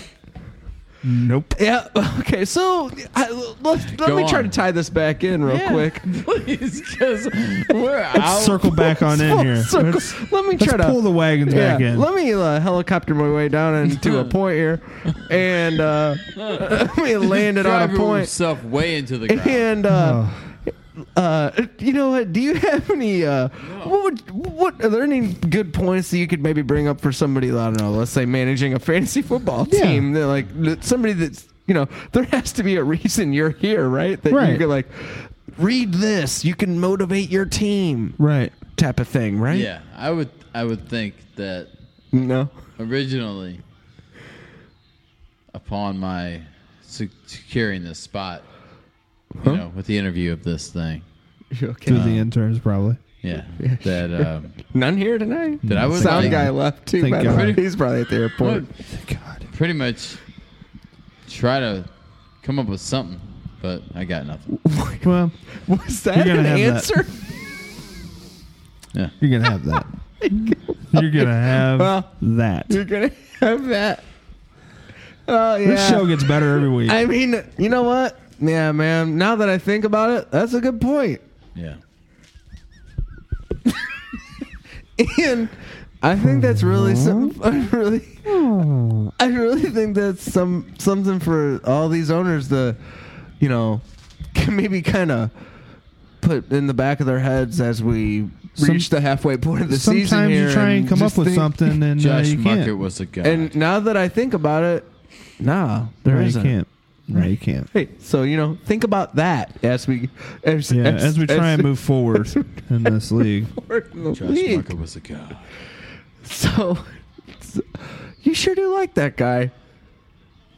Speaker 2: nope.
Speaker 3: Yeah. Okay. So I, let, let
Speaker 6: Go
Speaker 3: me try
Speaker 6: on.
Speaker 3: to tie this back in real quick.
Speaker 6: Please, because we're out.
Speaker 2: Circle back on in here.
Speaker 3: Circle-
Speaker 2: Let's,
Speaker 3: let me
Speaker 2: let's
Speaker 3: try to
Speaker 2: pull the wagons back in.
Speaker 3: Let me uh, helicopter my way down into a point here, and uh, let me land it on a
Speaker 6: Driver
Speaker 3: point.
Speaker 6: himself way into the ground.
Speaker 3: And uh,
Speaker 2: Oh.
Speaker 3: uh, you know what? Do you have any? Uh, What would what? Are there any good points that you could maybe bring up for somebody? I don't know. Let's say managing a fantasy football
Speaker 2: Yeah.
Speaker 3: team. They're like that somebody that's you know. There has to be a reason you're here, right? That you
Speaker 2: Right.
Speaker 3: could like. read this. You can motivate your team
Speaker 2: Right.
Speaker 3: type of thing, right?
Speaker 6: Yeah, I would I would think that
Speaker 3: No.
Speaker 6: originally, upon my sec- securing this spot, you know, with the interview of this thing,
Speaker 2: Through
Speaker 3: Okay.
Speaker 2: the interns, probably.
Speaker 6: yeah, that um,
Speaker 3: None here tonight.
Speaker 6: that I would
Speaker 3: Sound
Speaker 6: like-
Speaker 3: guy left too.
Speaker 2: Thank
Speaker 3: by the way.
Speaker 6: God.
Speaker 3: He's probably at the airport.
Speaker 6: would pretty much try to come up with something, but I got nothing.
Speaker 2: Well,
Speaker 3: Was that
Speaker 2: You're
Speaker 3: an
Speaker 2: gonna have that.
Speaker 3: answer?
Speaker 6: Yeah,
Speaker 2: you're going to have that. you're going to have
Speaker 3: Well,
Speaker 2: that.
Speaker 3: You're gonna have that. Oh yeah.
Speaker 2: This show gets better every week.
Speaker 3: I mean, you know what? Yeah, man. Now that I think about it, that's a good point.
Speaker 6: yeah.
Speaker 3: And I think that's really
Speaker 2: Mm-hmm.
Speaker 3: some. I really,
Speaker 2: Hmm.
Speaker 3: I really think that's some something for all these owners to, you know, can maybe kind of put in the back of their heads as we
Speaker 2: Some-
Speaker 3: reach the halfway point of the season.
Speaker 2: Sometimes
Speaker 3: here
Speaker 2: you try and come up
Speaker 3: just
Speaker 2: with
Speaker 3: think-
Speaker 2: something and uh,
Speaker 6: Josh
Speaker 2: you
Speaker 6: Muckett
Speaker 2: can't.
Speaker 6: was a guy.
Speaker 3: And now that I think about it, nah, there
Speaker 2: No, you
Speaker 3: not
Speaker 2: can't. No, you can't.
Speaker 3: Hey, so you know, think about that as we as,
Speaker 2: Yeah, as we try and move forward in this league.
Speaker 3: forward in the
Speaker 6: Josh
Speaker 3: league.
Speaker 6: Muckett was a guy.
Speaker 3: So, so you sure do like that guy.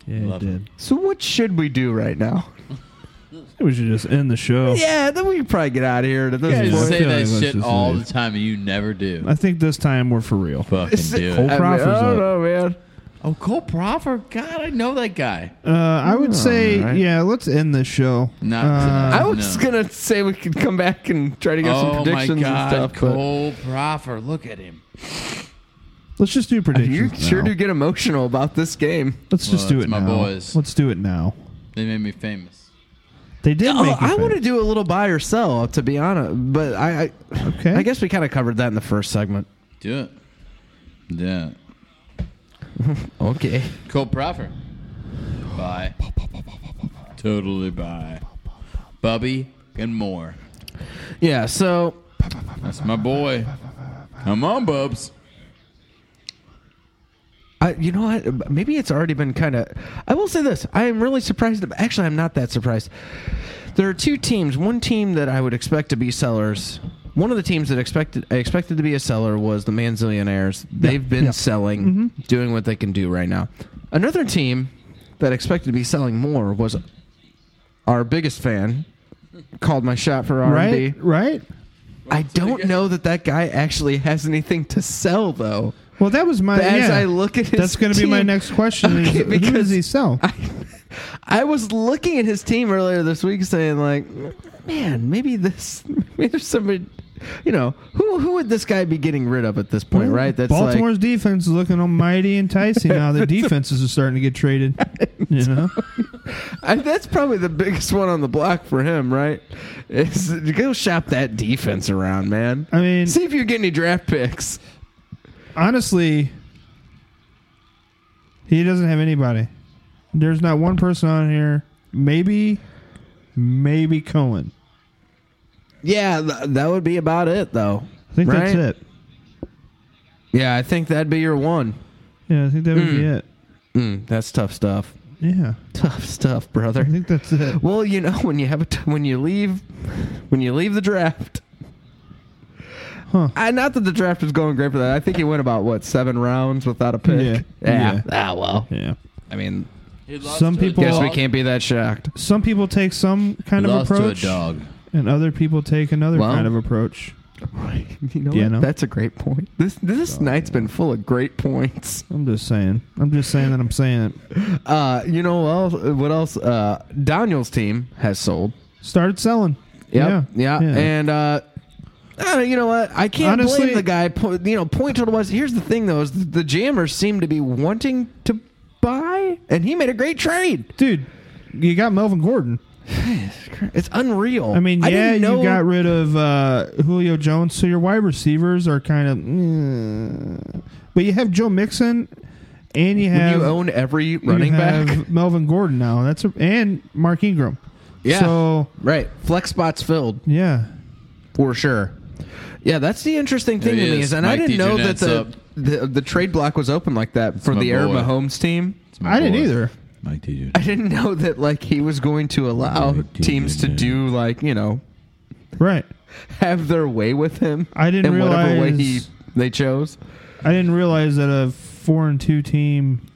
Speaker 2: Yeah,
Speaker 6: Love it.
Speaker 2: did.
Speaker 3: So what should we do right now?
Speaker 2: We should just end the show.
Speaker 3: Yeah, then we can probably get out of here at
Speaker 2: Yeah,
Speaker 3: this
Speaker 6: You
Speaker 2: just
Speaker 3: point.
Speaker 6: say
Speaker 2: I feel like
Speaker 6: that
Speaker 2: let's
Speaker 6: shit
Speaker 2: just
Speaker 6: all the
Speaker 2: leave.
Speaker 6: time, and you never do.
Speaker 2: I think this time we're for real.
Speaker 6: Fucking do
Speaker 2: Cole
Speaker 6: it.
Speaker 3: I, mean, I
Speaker 2: Crawford's
Speaker 3: don't
Speaker 2: up.
Speaker 3: know, man.
Speaker 6: Oh, Cole Proper. God, I know that guy.
Speaker 2: Uh, I
Speaker 3: Oh,
Speaker 2: would say,
Speaker 3: alright.
Speaker 2: yeah, let's end this show.
Speaker 6: Not
Speaker 2: Uh,
Speaker 6: tonight.
Speaker 3: I was
Speaker 6: no.
Speaker 3: gonna say we could come back and try to get some
Speaker 6: oh my
Speaker 3: predictions and
Speaker 6: God,
Speaker 3: stuff. but
Speaker 6: Cole Proper. Look at him.
Speaker 2: let's just do
Speaker 3: you
Speaker 2: predictions.
Speaker 3: sure
Speaker 2: now.
Speaker 3: do get emotional about this game.
Speaker 2: Let's just
Speaker 6: Well,
Speaker 2: do
Speaker 6: it's
Speaker 2: it
Speaker 6: my
Speaker 2: now.
Speaker 6: boys.
Speaker 2: Let's do it now.
Speaker 6: They made me famous.
Speaker 2: They did make
Speaker 3: Oh,
Speaker 2: it
Speaker 3: I
Speaker 2: big.
Speaker 3: want to do a little buy or sell, to be honest. But I, I,
Speaker 2: Okay.
Speaker 3: I guess we kind of covered that in the first segment.
Speaker 6: Do it. Yeah.
Speaker 3: Okay.
Speaker 6: Cole Proper. Bye. Totally bye. Bubby and more.
Speaker 3: Yeah. So
Speaker 6: That's my boy. Come on, Bubs.
Speaker 3: I, you know what? Maybe it's already been kind of. I will say this: I am really surprised. Actually, I'm not that surprised. There are two teams. One team that I would expect to be sellers. One of the teams that expected I expected to be a seller was the Manzillionaires. They've been selling,
Speaker 2: Mm-hmm.
Speaker 3: doing what they can do right now. Another team that expected to be selling more was our biggest fan. Called my shot for R&B.
Speaker 2: Right? Right?
Speaker 3: I don't know that that guy actually has anything to sell though.
Speaker 2: Well, that was my.
Speaker 3: But as
Speaker 2: Uh, yeah.
Speaker 3: I look at his
Speaker 2: That's going to be my
Speaker 3: team-
Speaker 2: next question.
Speaker 3: Okay,
Speaker 2: is, who does
Speaker 3: because
Speaker 2: he sell?
Speaker 3: I, I was looking at his team earlier this week, saying like, man, maybe this, maybe there's somebody, you know, who who would this guy be getting rid of at this point, right? That's
Speaker 2: Mm, Baltimore's defense is looking almighty enticing now. The defenses are starting to get traded. You know,
Speaker 3: like, I, that's probably the biggest one on the block for him, right? Is go shop that defense around, man.
Speaker 2: I mean,
Speaker 3: See if you get any draft picks.
Speaker 2: honestly, he doesn't have anybody. There's not one person on here. Maybe, maybe Cohen.
Speaker 3: Yeah, th- that would be about it, though.
Speaker 2: I think that's
Speaker 3: Right?
Speaker 2: it.
Speaker 3: Yeah, I think that'd be your one.
Speaker 2: Yeah, I think that would
Speaker 3: Hmm.
Speaker 2: be it.
Speaker 3: Mm, that's tough stuff.
Speaker 2: Yeah,
Speaker 3: Tough stuff,
Speaker 2: I
Speaker 3: brother.
Speaker 2: think that's it.
Speaker 3: Well, you know when you have a t- when you leave when you leave the draft.
Speaker 2: Huh.
Speaker 3: I, not that the draft was going great for that. I think he went about what seven rounds without a pick.
Speaker 2: Yeah.
Speaker 3: Yeah. Ah well.
Speaker 2: Yeah.
Speaker 3: I mean,
Speaker 2: Some people-
Speaker 3: guess
Speaker 2: Well-
Speaker 3: we can't be that shocked.
Speaker 2: Some people take some kind of
Speaker 6: Lost
Speaker 2: approach,
Speaker 6: to a dog.
Speaker 2: and other people take another
Speaker 3: Well-
Speaker 2: kind of approach.
Speaker 3: You know,
Speaker 2: Yeah,
Speaker 3: what?
Speaker 2: no. Oh,
Speaker 3: that's a great point. This this night's been full of great points.
Speaker 2: I'm just saying. I'm just saying that I'm saying it.
Speaker 3: Uh, you know what else? What else? Uh, Daniel's team has sold.
Speaker 2: Started selling.
Speaker 3: Yep. Yeah. And uh, I don't know, you know what? I can't
Speaker 2: Honestly-
Speaker 3: blame the guy. Po- you know, point total was. Here's the thing, though: is the Jammers seem to be wanting to buy, and he made a great trade.
Speaker 2: dude, you got Melvin Gordon.
Speaker 3: It's unreal.
Speaker 2: I mean, yeah,
Speaker 3: didn't know-
Speaker 2: you got rid of uh, Julio Jones, so your wide receivers are kind of. mm. but you have Joe Mixon, and you
Speaker 3: when
Speaker 2: have
Speaker 3: you own every running
Speaker 2: you
Speaker 3: back,
Speaker 2: have Melvin Gordon now. That's a, and Mark Ingram.
Speaker 3: Yeah.
Speaker 2: So
Speaker 3: right? Flex spots filled
Speaker 2: yeah,
Speaker 3: for sure. Yeah, that's the interesting thing
Speaker 6: There
Speaker 3: to
Speaker 6: he
Speaker 3: me
Speaker 6: is.
Speaker 3: is, and
Speaker 6: Mike
Speaker 3: I didn't know that
Speaker 6: Dieternet's
Speaker 3: the,
Speaker 6: up.
Speaker 3: the the trade block was open like that for
Speaker 6: my
Speaker 3: the Air
Speaker 6: boy.
Speaker 3: Mahomes team.
Speaker 6: It's my
Speaker 2: I didn't
Speaker 6: boy.
Speaker 2: either.
Speaker 6: Mike T.
Speaker 3: I didn't know that like he was going to allow
Speaker 6: Mike
Speaker 3: teams to
Speaker 6: Dieternett.
Speaker 3: do like you know
Speaker 2: Right.
Speaker 3: have their way with him.
Speaker 2: I didn't
Speaker 3: in whatever way
Speaker 2: realize-
Speaker 3: he they chose.
Speaker 2: I didn't realize that a four and two team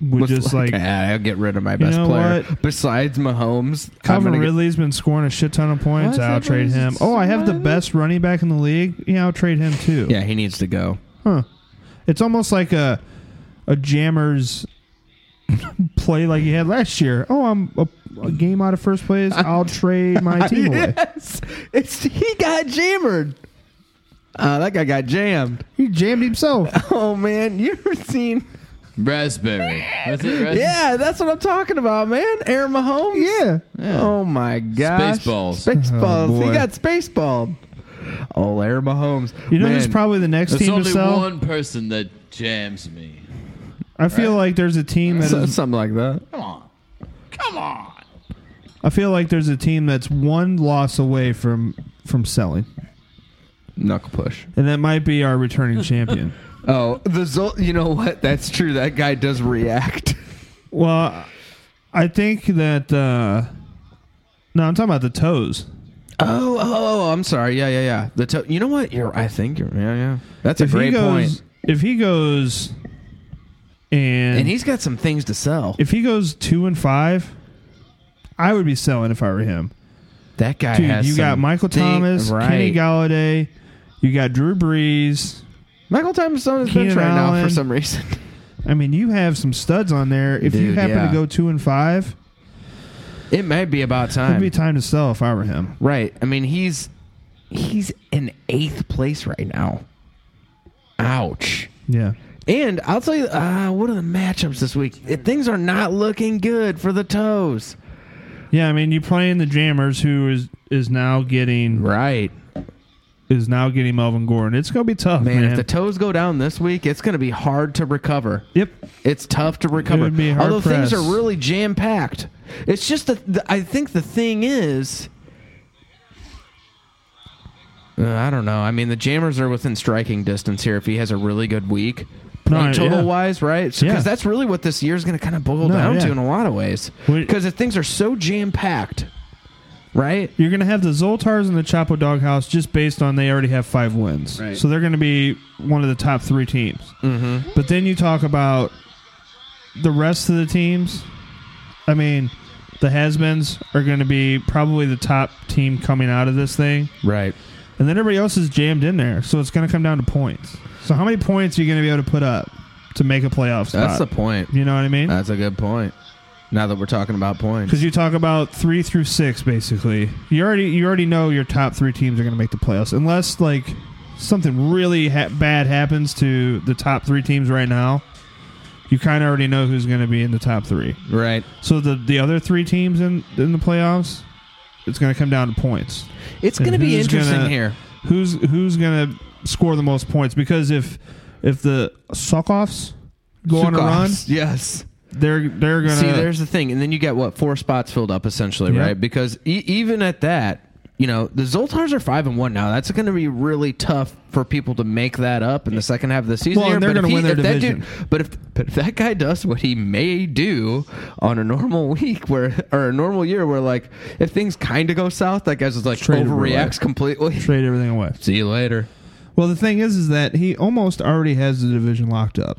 Speaker 2: would
Speaker 3: Was
Speaker 2: just like,
Speaker 3: "Ah, I'll get rid of my best
Speaker 2: know
Speaker 3: player
Speaker 2: what?
Speaker 3: besides Mahomes. I'm
Speaker 2: Calvin
Speaker 3: gonna get-
Speaker 2: Ridley's been scoring a shit ton of points.
Speaker 6: is
Speaker 2: I'll
Speaker 6: that
Speaker 2: trade
Speaker 6: always
Speaker 2: him.
Speaker 6: the
Speaker 2: Oh, I have the
Speaker 6: same?
Speaker 2: best running back in the league. Yeah, I'll trade him too.
Speaker 3: yeah, he needs to go.
Speaker 2: Huh. It's almost like a a jammer's play like he had last year. Oh, I'm a, a game out of first place. I'll trade my team away.
Speaker 3: yes, it's he got jammered. Uh, that guy got jammed.
Speaker 2: He jammed himself.
Speaker 3: Oh man, you ever seen?
Speaker 6: Raspberry. That's it, Raspberry.
Speaker 3: Yeah, that's what I'm talking about, man. Aaron Mahomes.
Speaker 2: yeah.
Speaker 6: Yeah.
Speaker 3: Oh my gosh.
Speaker 6: Spaceballs.
Speaker 3: Spaceballs.
Speaker 2: Oh, boy.
Speaker 3: he got spaceballed. Oh, Aaron Mahomes.
Speaker 2: You know
Speaker 3: man,
Speaker 2: who's probably the next
Speaker 6: There's
Speaker 2: team to
Speaker 6: only
Speaker 2: sell?
Speaker 6: one person that jams me.
Speaker 2: I feel like there's a team that
Speaker 3: so-
Speaker 2: is,
Speaker 3: something like that.
Speaker 6: Come on. Come on.
Speaker 2: I feel like there's a team that's one loss away from from selling.
Speaker 3: Knuckle push.
Speaker 2: And that might be our returning champion.
Speaker 3: Oh, the Zol- you know what? That's true. That guy does react.
Speaker 2: Well, I think that uh No, I'm talking about the toes.
Speaker 3: Oh, oh, oh, I'm sorry. Yeah, yeah, yeah. The to- you know what? You're. I think you're. Yeah, yeah. That's a
Speaker 2: if
Speaker 3: great
Speaker 2: he goes
Speaker 3: point.
Speaker 2: if he goes and,
Speaker 3: And he's got some things to sell.
Speaker 2: if he goes 2 and 5, I would be selling if I were him.
Speaker 3: that guy
Speaker 2: Dude,
Speaker 3: has.
Speaker 2: you got
Speaker 3: some
Speaker 2: Michael
Speaker 3: thing-
Speaker 2: Thomas,
Speaker 3: right.
Speaker 2: Kenny Galladay, you got Drew Brees.
Speaker 3: Michael Thomas is on his bench
Speaker 2: Keenan
Speaker 3: right now
Speaker 2: Allen.
Speaker 3: for some reason.
Speaker 2: I mean, you have some studs on there. If you
Speaker 3: Dude,
Speaker 2: happen
Speaker 3: yeah.
Speaker 2: to go 2 and 5,
Speaker 3: It may be about
Speaker 2: it'd
Speaker 3: time.
Speaker 2: be time to sell if I were him.
Speaker 3: right. I mean, he's he's in eighth place right now. Ouch.
Speaker 2: Yeah.
Speaker 3: And I'll tell you, uh, what are the matchups this week? It, things are not looking good for the toes.
Speaker 2: Yeah, I mean, you play in the Jammers who is is now getting
Speaker 3: Right.
Speaker 2: is now getting Melvin Gordon. It's going to be tough, man.
Speaker 3: Man, if the toes go down this week, it's going to be hard to recover.
Speaker 2: yep.
Speaker 3: It's tough to recover.
Speaker 2: would be hard
Speaker 3: Although
Speaker 2: pressed.
Speaker 3: things are really jam packed. It's just that the, I think the thing is, Uh, I don't know. I mean, the jammers are within striking distance here. If he has a really good week,
Speaker 2: No,
Speaker 3: point total
Speaker 2: yeah.
Speaker 3: wise, right? Because
Speaker 2: Yeah.
Speaker 3: that's really what this year is going to kind of boil
Speaker 2: No,
Speaker 3: down
Speaker 2: yeah.
Speaker 3: to in a lot of ways.
Speaker 2: We-
Speaker 3: Because if things are so jam packed, right?
Speaker 2: You're going to have the Zoltars and the Chapo Doghouse just based on they already have five wins.
Speaker 6: Right.
Speaker 2: So they're going to be one of the top three teams. Mm-hmm. But then you talk about the rest of the teams. I mean, the Has-Beens are going to be probably the top team coming out of this thing.
Speaker 3: Right.
Speaker 2: And then everybody else is jammed in there. So it's going to come down to points. So how many points are you going to be able to put up to make a playoff
Speaker 3: That's
Speaker 2: spot?
Speaker 3: the point.
Speaker 2: You know what I mean?
Speaker 3: That's a good point. Now that we're talking about points.
Speaker 2: Because you talk about three through six, basically. You already you already know your top three teams are going to make the playoffs, unless like something really ha- bad happens to the top three teams right now. You kind of already know who's going to be in the top three.
Speaker 3: Right.
Speaker 2: So the the other three teams in in the playoffs, it's going to come down to points.
Speaker 3: It's
Speaker 2: And
Speaker 3: going to be
Speaker 2: who's
Speaker 3: interesting
Speaker 2: gonna-
Speaker 3: here.
Speaker 2: Who's who's going to score the most points? Because if if the suckoffs go on a run,
Speaker 3: Sukoffs, Yes.
Speaker 2: they're they're going to
Speaker 3: See, there's the thing, and then you got what four spots filled up essentially,
Speaker 2: Yeah.
Speaker 3: right? Because e- even at that, you know, the Zoltars are five and one now. That's going to be really tough for people to make that up in the second half of the season.
Speaker 2: Well, and
Speaker 3: here.
Speaker 2: they're
Speaker 3: But if
Speaker 2: gonna win
Speaker 3: he-
Speaker 2: their
Speaker 3: if that
Speaker 2: division.
Speaker 3: dude- but if but if that guy does what he may do on a normal week where or a normal year, where like if things kind of go south, that guy's just like
Speaker 2: Trade him away.
Speaker 3: overreacts completely.
Speaker 2: trade everything away.
Speaker 3: See you later.
Speaker 2: Well, the thing is, is that he almost already has the division locked up,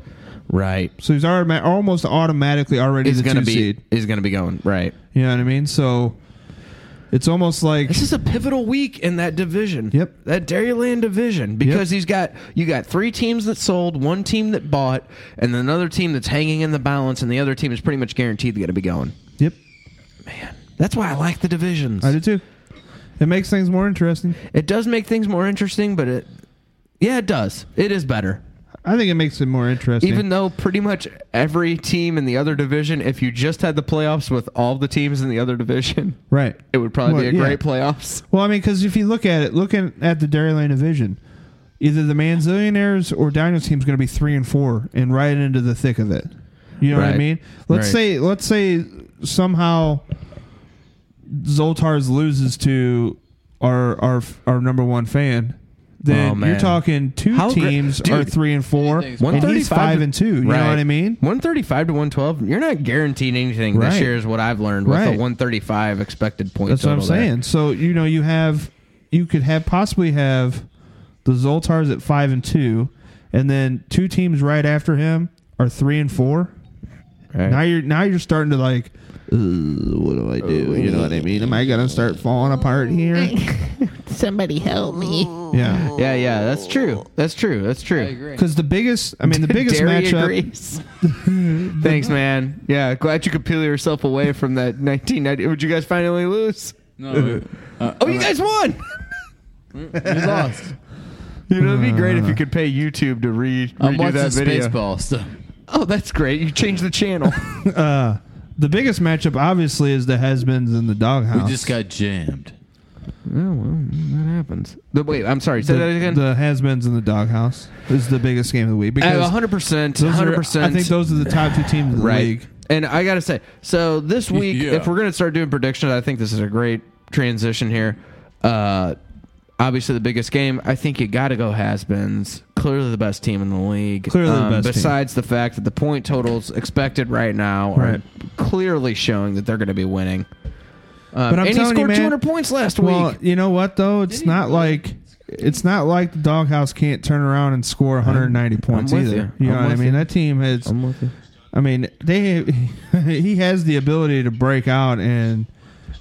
Speaker 3: Right.
Speaker 2: so he's automa- almost automatically already
Speaker 3: Is
Speaker 2: the
Speaker 3: going to
Speaker 2: two
Speaker 3: be
Speaker 2: seed.
Speaker 3: is going to be going right.
Speaker 2: You know what I mean? So it's almost like
Speaker 3: This is a pivotal week in that division.
Speaker 2: Yep.
Speaker 3: That Dairyland division because he's got you got three teams that sold, one team that bought, and another team that's hanging in the balance, and the other team is pretty much guaranteed to get to be going.
Speaker 2: yep,
Speaker 3: That's why I like the divisions.
Speaker 2: I do too. It makes things more interesting.
Speaker 3: It does make things more interesting, but it yeah, it does. It is better.
Speaker 2: I think it makes it more interesting.
Speaker 3: Even though pretty much every team in the other division, if you just had the playoffs with all the teams in the other division,
Speaker 2: right?
Speaker 3: it would probably
Speaker 2: Well,
Speaker 3: be a
Speaker 2: yeah.
Speaker 3: great playoffs.
Speaker 2: Well, I mean, because if you look at it, looking at the Dairyland division, either the Manzillionaires or Dino's team's going to be three and four and right into the thick of it. You know what I
Speaker 3: Right.
Speaker 2: mean? Let's
Speaker 3: Right.
Speaker 2: say let's say somehow Zoltars loses to our our our number one fan.
Speaker 3: Oh,
Speaker 2: then
Speaker 3: man.
Speaker 2: you're talking two
Speaker 3: How gra-
Speaker 2: teams
Speaker 3: Dude,
Speaker 2: are three and four,
Speaker 6: anything's
Speaker 2: and he's five and two. You know what I mean?
Speaker 3: 135 to 112. You're not guaranteeing anything this
Speaker 2: Right.
Speaker 3: year, is what I've learned with the
Speaker 2: Right.
Speaker 3: 135 expected point
Speaker 2: That's what I'm
Speaker 3: total there.
Speaker 2: saying. So you know, you have, you could have possibly have the Zoltars at five and two, and then two teams right after him are three and four.
Speaker 3: Right.
Speaker 2: Now you're now you're starting to like, "Uh, what do I
Speaker 3: Oh,
Speaker 2: do? You know what I mean? Am I gonna start falling apart here?
Speaker 7: Somebody help me.
Speaker 2: Yeah,
Speaker 3: Yeah, yeah, that's true. That's true. That's true. I
Speaker 6: agree.
Speaker 2: because the biggest, I mean, the biggest matchup.
Speaker 3: agrees. Thanks, man. Yeah, glad you could peel yourself away from that 1990. Would you guys finally lose?
Speaker 6: No, uh,
Speaker 3: Oh, you guys won!
Speaker 6: we lost.
Speaker 3: You know, it'd be great if
Speaker 2: Uh.
Speaker 3: you could pay YouTube to re-
Speaker 6: I'm
Speaker 3: redo
Speaker 6: watching
Speaker 3: that video.
Speaker 6: Spaceballs. So.
Speaker 3: Oh, that's great. You changed the channel.
Speaker 2: Uh, the biggest matchup, obviously, is the husbands and the
Speaker 6: We
Speaker 2: doghouse.
Speaker 6: just got jammed.
Speaker 3: Oh well, that happens. The, wait, I'm sorry. Say
Speaker 2: the,
Speaker 3: that again.
Speaker 2: the has-beens and the doghouse is the biggest game of the week because
Speaker 3: hundred percent,
Speaker 2: those are-
Speaker 3: hundred percent.
Speaker 2: I think those are the top two teams in the
Speaker 3: right.
Speaker 2: league.
Speaker 3: And I gotta say, so this week,
Speaker 6: Yeah.
Speaker 3: if we're gonna start doing predictions, I think this is a great transition here. Uh, obviously, the biggest game. I think you gotta go has-beens. Clearly, the best team in the league. Um,
Speaker 2: Clearly the best team.
Speaker 3: Besides the fact that the point totals expected right now are
Speaker 2: Right.
Speaker 3: clearly showing that they're gonna be winning. Um,
Speaker 2: But I'm
Speaker 3: and he
Speaker 2: telling you,
Speaker 3: scored
Speaker 2: man-
Speaker 3: 200 points last
Speaker 2: Well,
Speaker 3: week.
Speaker 2: you know what though? It's not like it's not like the doghouse can't turn around and score 190 points
Speaker 3: with
Speaker 2: either. You,
Speaker 3: you. I'm
Speaker 2: know what I
Speaker 3: with
Speaker 2: mean?
Speaker 3: you.
Speaker 2: That team has. I mean, they he has the ability to break out and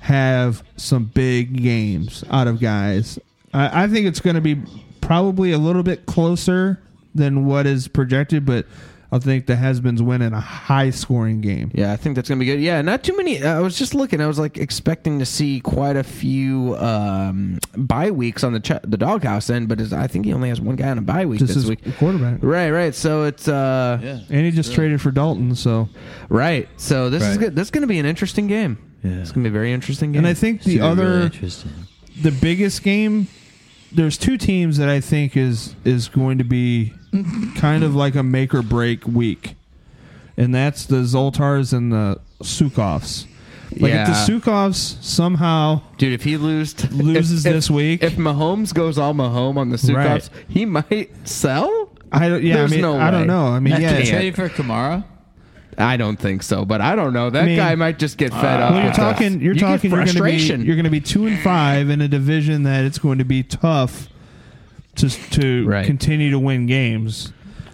Speaker 2: have some big games out of guys. I, I think it's going to be probably a little bit closer than what is projected, but I think the has-beens win in a high-scoring game.
Speaker 3: Yeah, I think that's gonna be good. Yeah, not too many. uh, I was just looking. I was like expecting to see quite a few um, bye weeks on the ch- the doghouse end, but it's, I think he only has one guy on a bye week
Speaker 2: This
Speaker 3: this,
Speaker 2: is
Speaker 3: week.
Speaker 2: quarterback,
Speaker 3: Right, right. So it's uh,
Speaker 6: Yeah.
Speaker 2: and he just traded for Dalton, so.
Speaker 3: right. So this is
Speaker 6: Right.
Speaker 3: good. This is gonna be an interesting game.
Speaker 6: Yeah.
Speaker 3: It's gonna be a very interesting game.
Speaker 2: And I think the
Speaker 6: Should be really
Speaker 2: other
Speaker 6: interesting.
Speaker 2: the biggest game there's two teams that I think is is going to be kind of like a make or break week. And that's the Zoltars and the Sukovs. Like if
Speaker 3: Yeah.
Speaker 2: the Sukovs somehow
Speaker 3: dude, if he loses
Speaker 2: loses
Speaker 3: if,
Speaker 2: this week,
Speaker 3: if Mahomes goes all Mahomes on the Sukops,
Speaker 2: Right.
Speaker 3: he might sell.
Speaker 2: I don't yeah, I
Speaker 3: There's
Speaker 2: mean
Speaker 3: no
Speaker 2: I
Speaker 3: way.
Speaker 2: don't know. I mean
Speaker 6: After
Speaker 2: yeah, it's-
Speaker 6: trading for Kamara,
Speaker 3: I don't think so, but I don't know. That
Speaker 2: I mean-
Speaker 3: guy might just get fed up.
Speaker 2: well, you're
Speaker 3: with us.
Speaker 2: talking. You're
Speaker 3: You get
Speaker 2: talking. You're going to
Speaker 3: frustration.
Speaker 2: be. You're going to be two and five in a division that it's going to be tough to to
Speaker 3: Right.
Speaker 2: continue to win games.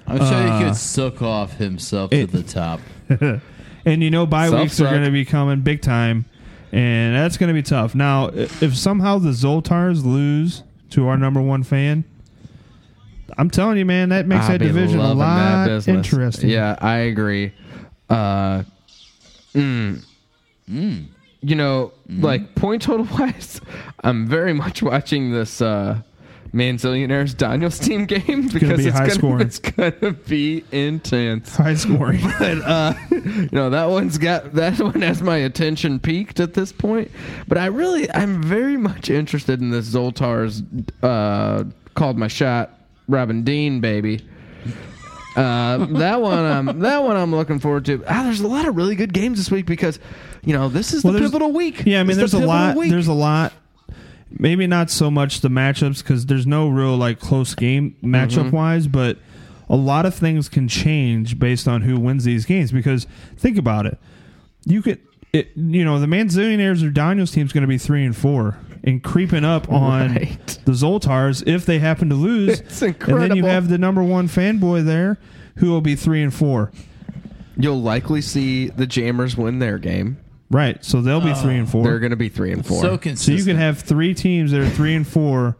Speaker 6: I'm sure he
Speaker 2: Uh,
Speaker 6: could suck off himself
Speaker 2: it-
Speaker 6: to the top.
Speaker 2: And you know, bye
Speaker 3: Self
Speaker 2: weeks are
Speaker 3: suck.
Speaker 2: going to be coming big time, and that's going to be tough. Now, i- if somehow the Zoltars lose to our number one fan, I'm telling you, man, that makes
Speaker 3: I'll
Speaker 2: that
Speaker 3: be
Speaker 2: division a
Speaker 3: loving that
Speaker 2: lot
Speaker 3: business.
Speaker 2: interesting.
Speaker 3: Yeah, I agree. Uh, mm. You know,
Speaker 2: Mm-hmm.
Speaker 3: like point total wise, I'm very much watching this uh, Manzillionaires Daniels team game because
Speaker 2: be high
Speaker 3: it's, gonna,
Speaker 2: scoring.
Speaker 3: it's gonna be intense.
Speaker 2: high scoring.
Speaker 3: But uh, you know that one's got that one has my attention peaked at this point. But I really, I'm very much interested in this Zoltar's uh, called my shot, Robin Dean baby. Uh, that one, I'm, that one, I'm looking forward to. Ah, there's a lot of really good games this week because, you know, this is
Speaker 2: Well,
Speaker 3: the
Speaker 2: there's-
Speaker 3: pivotal week.
Speaker 2: Yeah, I mean,
Speaker 3: It's the
Speaker 2: there's a
Speaker 3: pivotal
Speaker 2: lot.
Speaker 3: week.
Speaker 2: There's a lot. Maybe not so much the matchups because there's no real like close game matchup
Speaker 3: Mm-hmm.
Speaker 2: wise, but a lot of things can change based on who wins these games. Because think about it, you could, it, you know, the Manzillionaires or Daniels team's going to be three and four and creeping up on
Speaker 3: Right.
Speaker 2: the Zoltars if they happen to lose.
Speaker 3: It's
Speaker 2: And then you
Speaker 3: incredible.
Speaker 2: have the number one fanboy there who will be three and four.
Speaker 3: You'll likely see the Jammers win their game.
Speaker 2: Right, so they'll be
Speaker 3: Uh,
Speaker 2: three and 4
Speaker 3: They're going to be three and four.
Speaker 6: So
Speaker 2: So
Speaker 6: consistent.
Speaker 2: you could have three teams that are three and four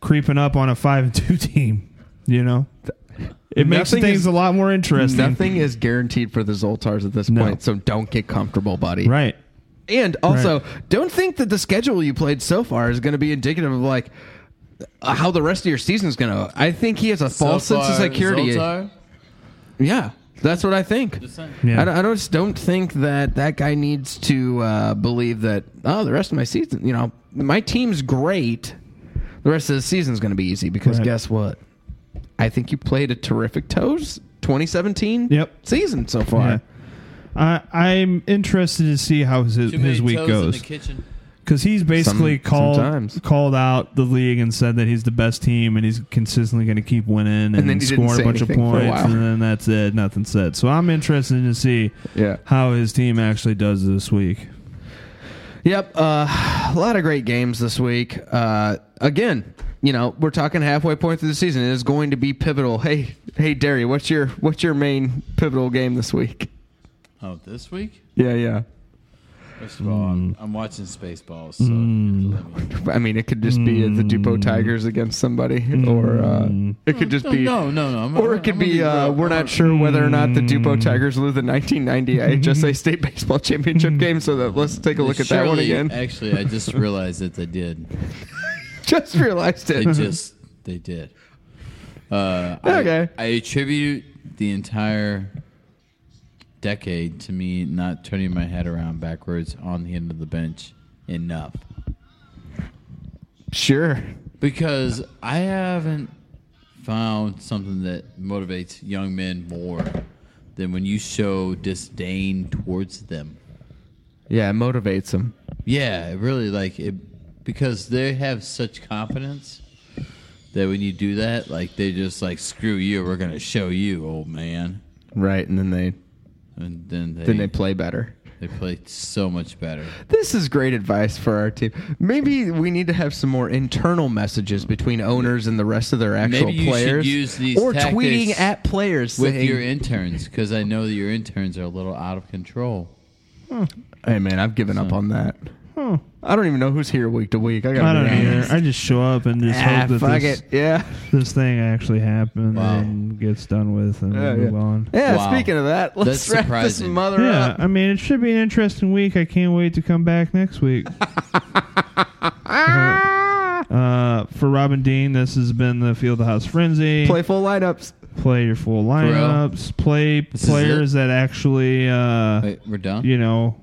Speaker 2: creeping up on a five and two team. You know, it makes
Speaker 3: Nothing
Speaker 2: things
Speaker 3: is-
Speaker 2: a lot more interesting.
Speaker 3: Nothing is guaranteed for the Zoltars at this
Speaker 2: No.
Speaker 3: point, so don't get comfortable, buddy.
Speaker 2: right?
Speaker 3: And also, don't think that the schedule you played so far is going to be indicative of like uh, how the rest of your season is going to. I think he has a
Speaker 6: So
Speaker 3: false sense of
Speaker 6: far,
Speaker 3: security.
Speaker 6: Zoltar,
Speaker 3: Yeah, that's what I think.
Speaker 6: just saying.
Speaker 2: Yeah.
Speaker 3: I, don't, I don't- just don't think that that guy needs to uh, believe that. Oh, the rest of my season, you know, my team's great. The rest of the season is going to be easy because
Speaker 2: Right.
Speaker 3: guess what? I think you played a terrific toes 2017
Speaker 2: Yep.
Speaker 3: season so far.
Speaker 2: Yeah. I I'm interested to see how his
Speaker 6: Too many
Speaker 2: his week
Speaker 6: toes in
Speaker 2: goes
Speaker 6: the kitchen.
Speaker 2: because he's basically
Speaker 3: Some-
Speaker 2: called
Speaker 3: sometimes.
Speaker 2: called out the league and said that he's the best team and he's consistently going to keep winning and,
Speaker 3: then he didn't
Speaker 2: scoring
Speaker 3: say
Speaker 2: a bunch of
Speaker 3: anything for a
Speaker 2: points,
Speaker 3: while.
Speaker 2: and then that's it, nothing said. So I'm interested to see
Speaker 3: Yeah.
Speaker 2: how his team actually does this week.
Speaker 3: Yep, uh, a lot of great games this week. Uh, again, you know, we're talking halfway point through the season. It is going to be pivotal. Hey, hey, Derry, what's your what's your main pivotal game this week?
Speaker 6: Oh, this week?
Speaker 3: Yeah, yeah.
Speaker 6: First of all, I'm, I'm watching Spaceballs. So
Speaker 3: I mean, it could just be the Dupont Tigers against somebody, or uh, it could just
Speaker 6: no,
Speaker 3: be
Speaker 6: no, no, no. I'm-
Speaker 3: Or
Speaker 6: I'm-
Speaker 3: it could
Speaker 6: I'm gonna
Speaker 3: be uh,
Speaker 6: real.
Speaker 3: we're not sure whether or not the Dupont Tigers lose the 1990 IHSA State Baseball Championship game. So that, let's take a look at that one
Speaker 6: Surely-
Speaker 3: again.
Speaker 6: Actually, I just realized that they did.
Speaker 3: Just realized
Speaker 6: They
Speaker 3: it.
Speaker 6: just they did. Uh, I-
Speaker 3: Okay.
Speaker 6: I, attribute the entire decade to me not turning my head around backwards on the end of the bench enough
Speaker 3: Sure.
Speaker 6: because I haven't found something that motivates young men more than when you show disdain towards them.
Speaker 3: Yeah, it motivates them.
Speaker 6: Yeah, it really like it because they have such confidence that when you do that, like they just like screw you, we're gonna show you, old man.
Speaker 3: Right, and then they
Speaker 6: And then they
Speaker 3: then they play better.
Speaker 6: they play so much better.
Speaker 3: This is great advice for our team. Maybe we need to have some more internal messages between owners and the rest of their actual
Speaker 6: Maybe you should
Speaker 3: players,
Speaker 6: use these
Speaker 3: or
Speaker 6: tactics
Speaker 3: tweeting at players
Speaker 6: With
Speaker 3: saying,
Speaker 6: your interns, because I know that your interns are a little out of control.
Speaker 3: "Hey, man, I've given up on that. I don't even know who's here week to week. I got.
Speaker 2: I don't either. I just show up and just
Speaker 3: Ah,
Speaker 2: hope that
Speaker 3: fuck
Speaker 2: this,
Speaker 3: it. Yeah.
Speaker 2: this thing actually happens
Speaker 6: Wow.
Speaker 2: and gets done with and we
Speaker 3: Yeah,
Speaker 2: move
Speaker 3: yeah.
Speaker 2: on.
Speaker 3: Yeah.
Speaker 6: Wow.
Speaker 3: Speaking of that, let's
Speaker 6: That's
Speaker 3: wrap this
Speaker 6: surprising.
Speaker 3: mother
Speaker 2: Yeah,
Speaker 3: up.
Speaker 2: I mean it should be an interesting week. I can't wait to come back next week. uh, for Robin Dean, this has been the Field of House Frenzy.
Speaker 3: Play full lineups.
Speaker 2: play your full lineups. Play
Speaker 6: is
Speaker 2: players that actually, uh,
Speaker 6: Wait, we're done.
Speaker 2: you know.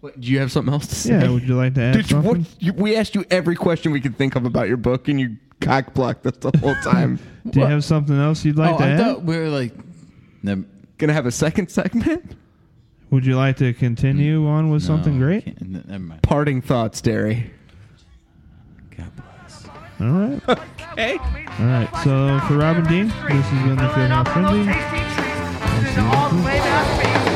Speaker 3: What, do you have something else to say?
Speaker 2: Yeah, would you like to add
Speaker 3: Dude, you-
Speaker 2: something?
Speaker 3: what, you, we asked you every question we could think of about your book, and you cock blocked us the whole time.
Speaker 2: Do you have something else you'd like
Speaker 6: oh,
Speaker 2: to
Speaker 6: I
Speaker 2: add?
Speaker 6: thought we were like, no,
Speaker 3: Gonna have a second segment?
Speaker 2: Would you like to continue on with something
Speaker 6: Mm. no, Oh, I
Speaker 2: great?
Speaker 6: can't. Ne- Never mind.
Speaker 3: Parting thoughts, Derry.
Speaker 6: God bless.
Speaker 2: All right. All right. So for Robin Dean, this has been the Field House Frenzy.
Speaker 1: Tasty treats, all the way back.